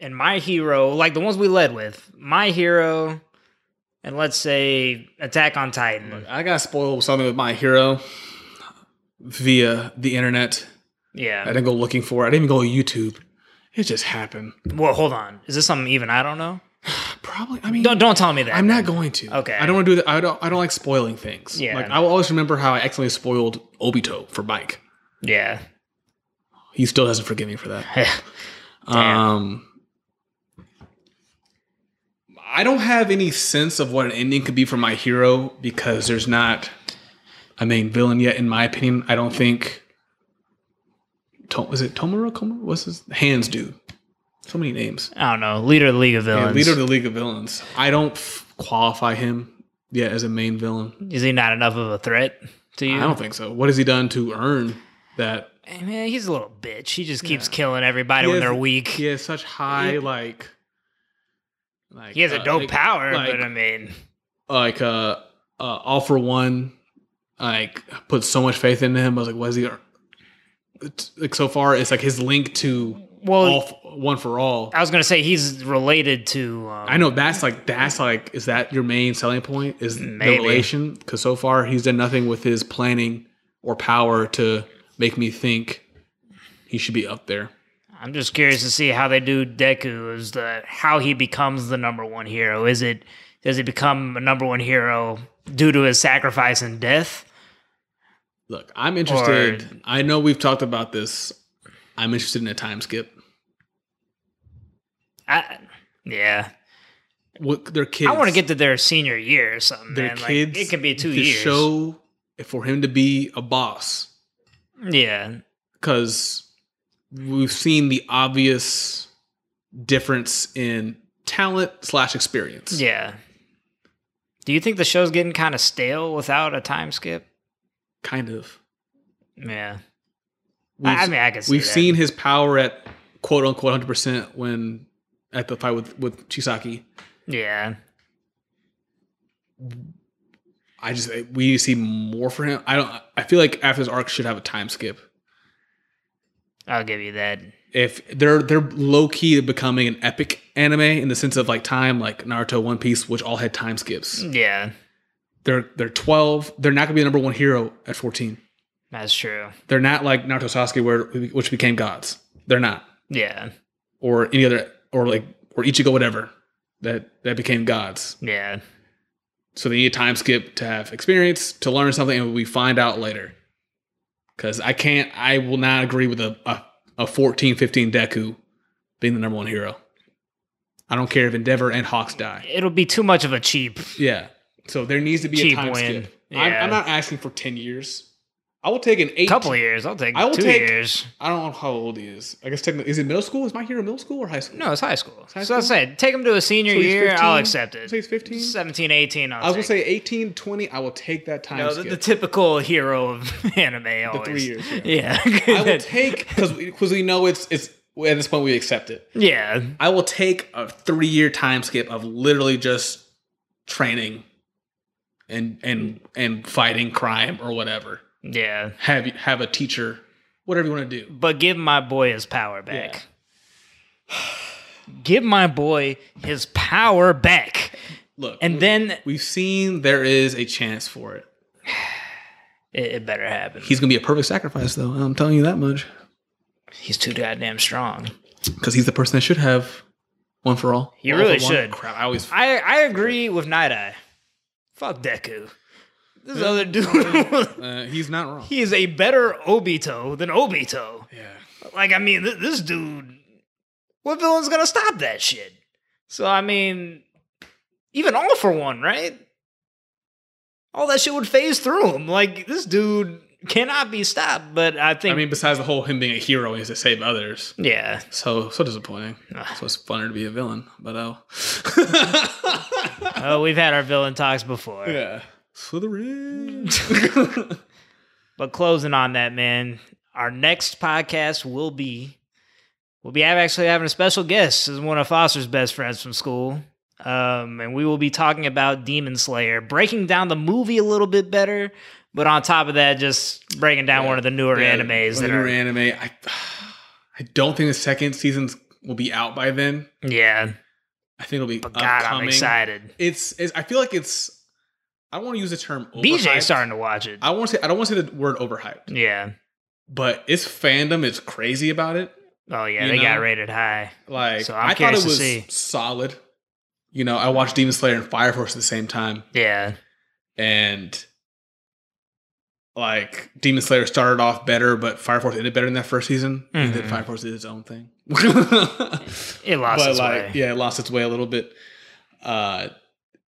A: in My Hero, like the ones we led with, My Hero, and let's say Attack on Titan?
B: Look, I got spoiled with something with my hero via the internet. I
A: Yeah.
B: didn't go looking for it. I didn't even go to YouTube. It just happened.
A: Well, hold on. Is this something even I don't know?
B: Probably. I mean,
A: Don't don't tell me that.
B: I'm not going to.
A: Okay.
B: I don't want to do that. I don't. I don't like spoiling things.
A: Yeah.
B: Like I will always remember how I accidentally spoiled Obito for Mike.
A: Yeah.
B: He still doesn't forgive me for that.
A: Damn.
B: Um, I don't have any sense of what an ending could be for my hero because there's not a main villain yet, in my opinion. I don't think. To, was it Tomura? Komura? What's his hands dude? So many names.
A: I don't know. Leader of the League of
B: Yeah,
A: Villains.
B: leader of the League of Villains. I don't f- qualify him yet as a main villain.
A: Is he not enough of a threat to you?
B: I don't think so. What has he done to earn that?
A: Eh, Man, he's a little bitch. He just keeps killing everybody
B: He
A: when
B: has-
A: they're weak.
B: He has such high like. Like
A: He has
B: uh,
A: a dope
B: like-
A: power,
B: like-
A: but I mean,
B: Like uh, uh, all for one, like put so much faith into him. I was like, what is he? ear- It's, like so far, it's like his link to
A: well,
B: all f- one for all.
A: I was gonna say he's related to. Um,
B: I know that's like that's like is that your main selling point is
A: Maybe.
B: the relation? Because so far he's done nothing with his planning or power to make me think he should be up there.
A: I'm just curious to see how they do Deku. Is the how he becomes the number one hero? Is it does he become a number one hero due to his sacrifice and death?
B: Look, I'm interested. I know we've talked about this. I'm interested in a time skip.
A: I, yeah,
B: What their kids?
A: I want to get to their senior year or something.
B: their
A: man.
B: kids.
A: like, it could be two
B: to
A: years.
B: Show for him to be a boss
A: yeah,
B: because we've seen the obvious difference in talent slash experience.
A: yeah. Do you think the show's getting kind of stale without a time skip?
B: kind of.
A: Yeah,
B: We've,
A: I, I mean, I can see
B: we've
A: that.
B: seen his power at quote unquote 100 percent when at the fight with with Chisaki.
A: Yeah,
B: I just we need to see more for him. I don't. I feel like after this arc should have a time skip.
A: I'll give you that.
B: If they're they're low key to becoming an epic anime in the sense of like time, like Naruto, One Piece, which all had time skips.
A: Yeah,
B: They're they're 12. They're not gonna be the number one hero at 14.
A: that's true.
B: They're not like Naruto, Sasuke, where which became gods. They're not.
A: Yeah,
B: Or any other or like or Ichigo, whatever that that became gods.
A: yeah.
B: So they need a time skip to have experience, to learn something, and we find out later. Because I can't, I will not agree with a, a, a 14, 15 Deku being the number one hero. I don't care if Endeavor and Hawks die.
A: It'll be too much of a cheap.
B: Yeah. So there needs to be
A: Cheap
B: a time
A: win.
B: skip. I'm,
A: Yeah.
B: I'm not asking for 10 years. I will take an eight.
A: couple years. I'll take
B: I will
A: two
B: take-
A: years.
B: I don't know how old he is. I guess technically, is it middle school? Is my hero middle school or high school?
A: No, it's high school.
B: high
A: So I said, take him to a senior
B: So he's
A: year. I'll
B: 15?
A: accept it.
B: So he's 15?
A: 17, 18. I'll
B: I was going
A: take
B: to say 18, 20. I will take that time
A: it. no, the,
B: skip.
A: the typical hero of anime
B: The
A: always.
B: three years. yeah.
A: Yeah.
B: I will take because because we know it's it's at this point we accept it.
A: yeah.
B: I will take a three year time skip of literally just training and and and fighting crime or whatever.
A: Yeah.
B: Have you have a teacher, whatever you want to do.
A: But give my boy his power back. give my boy his power back.
B: Look,
A: And then
B: we've seen there is a chance for it.
A: it, it better happen.
B: He's gonna be a perfect sacrifice, though. I'm telling you that much
A: He's too goddamn strong.
B: because he's the person that should have one for all.
A: He
B: All
A: really
B: for one.
A: should.
B: Crap, I always
A: I I agree with Night Eye. Fuck Deku. This other dude,
B: uh, he's not wrong.
A: he is a better Obito than Obito.
B: Yeah.
A: Like I mean, th- this dude, what villain's gonna stop that shit? So I mean, even All for One, right? All that shit would phase through him. Like this dude cannot be stopped. But I think,
B: I mean, besides the whole him being a hero, he has to save others.
A: yeah,
B: So so disappointing.
A: Ugh.
B: So it's funner to be a villain, but oh.
A: oh, we've had our villain talks before.
B: yeah. Slytherin.
A: But closing on that, man, our next podcast will be we'll be actually having a special guest. This is one of Foster's best friends from school. Um, and we will be talking about Demon Slayer, breaking down the movie a little bit better, but on top of that, just breaking down
B: Yeah.
A: one of the newer animes
B: Yeah, one
A: that
B: of the newer
A: are
B: anime. I I don't think the second seasons will be out by then.
A: yeah.
B: I think it'll be
A: But Oh God,
B: upcoming.
A: I'm excited.
B: It's, it's I feel like it's I don't want to use the term
A: BJ
B: overhyped.
A: starting to watch it.
B: I want to say I don't want to say the word overhyped,
A: yeah.
B: but its fandom is crazy about it.
A: Oh yeah,
B: You
A: they got
B: know?
A: rated high.
B: Like
A: So I'm
B: I thought
A: curious
B: it
A: to
B: was
A: see.
B: solid. You know, I watched Demon Slayer and Fire Force at the same time,
A: Yeah.
B: and like Demon Slayer started off better, but Fire Force ended better in that first season. And then
A: Mhm.
B: Fire Force did its own thing,
A: It lost
B: but
A: its
B: like
A: way.
B: yeah, it lost its way a little bit. Uh,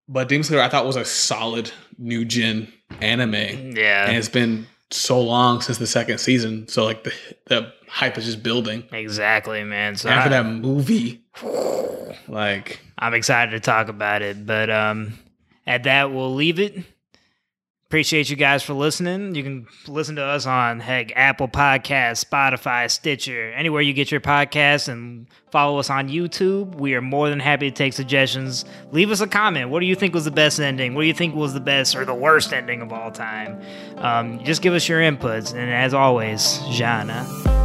B: but Demon Slayer, I thought was a solid new gen anime, and
A: Yeah,
B: it's been so long since the second season, so like the the hype is just building.
A: exactly, man. So
B: After
A: I-
B: that movie, like
A: I'm excited to talk about it. But um, at that, we'll leave it. Appreciate you guys for listening. You can listen to us on heck Apple Podcasts, Spotify, Stitcher, anywhere you get your podcasts, and follow us on YouTube. We are more than happy to take suggestions. Leave us a comment. What do you think was the best ending? What do you think was the best or the worst ending of all time? Um, just give us your inputs. And as always, Jana.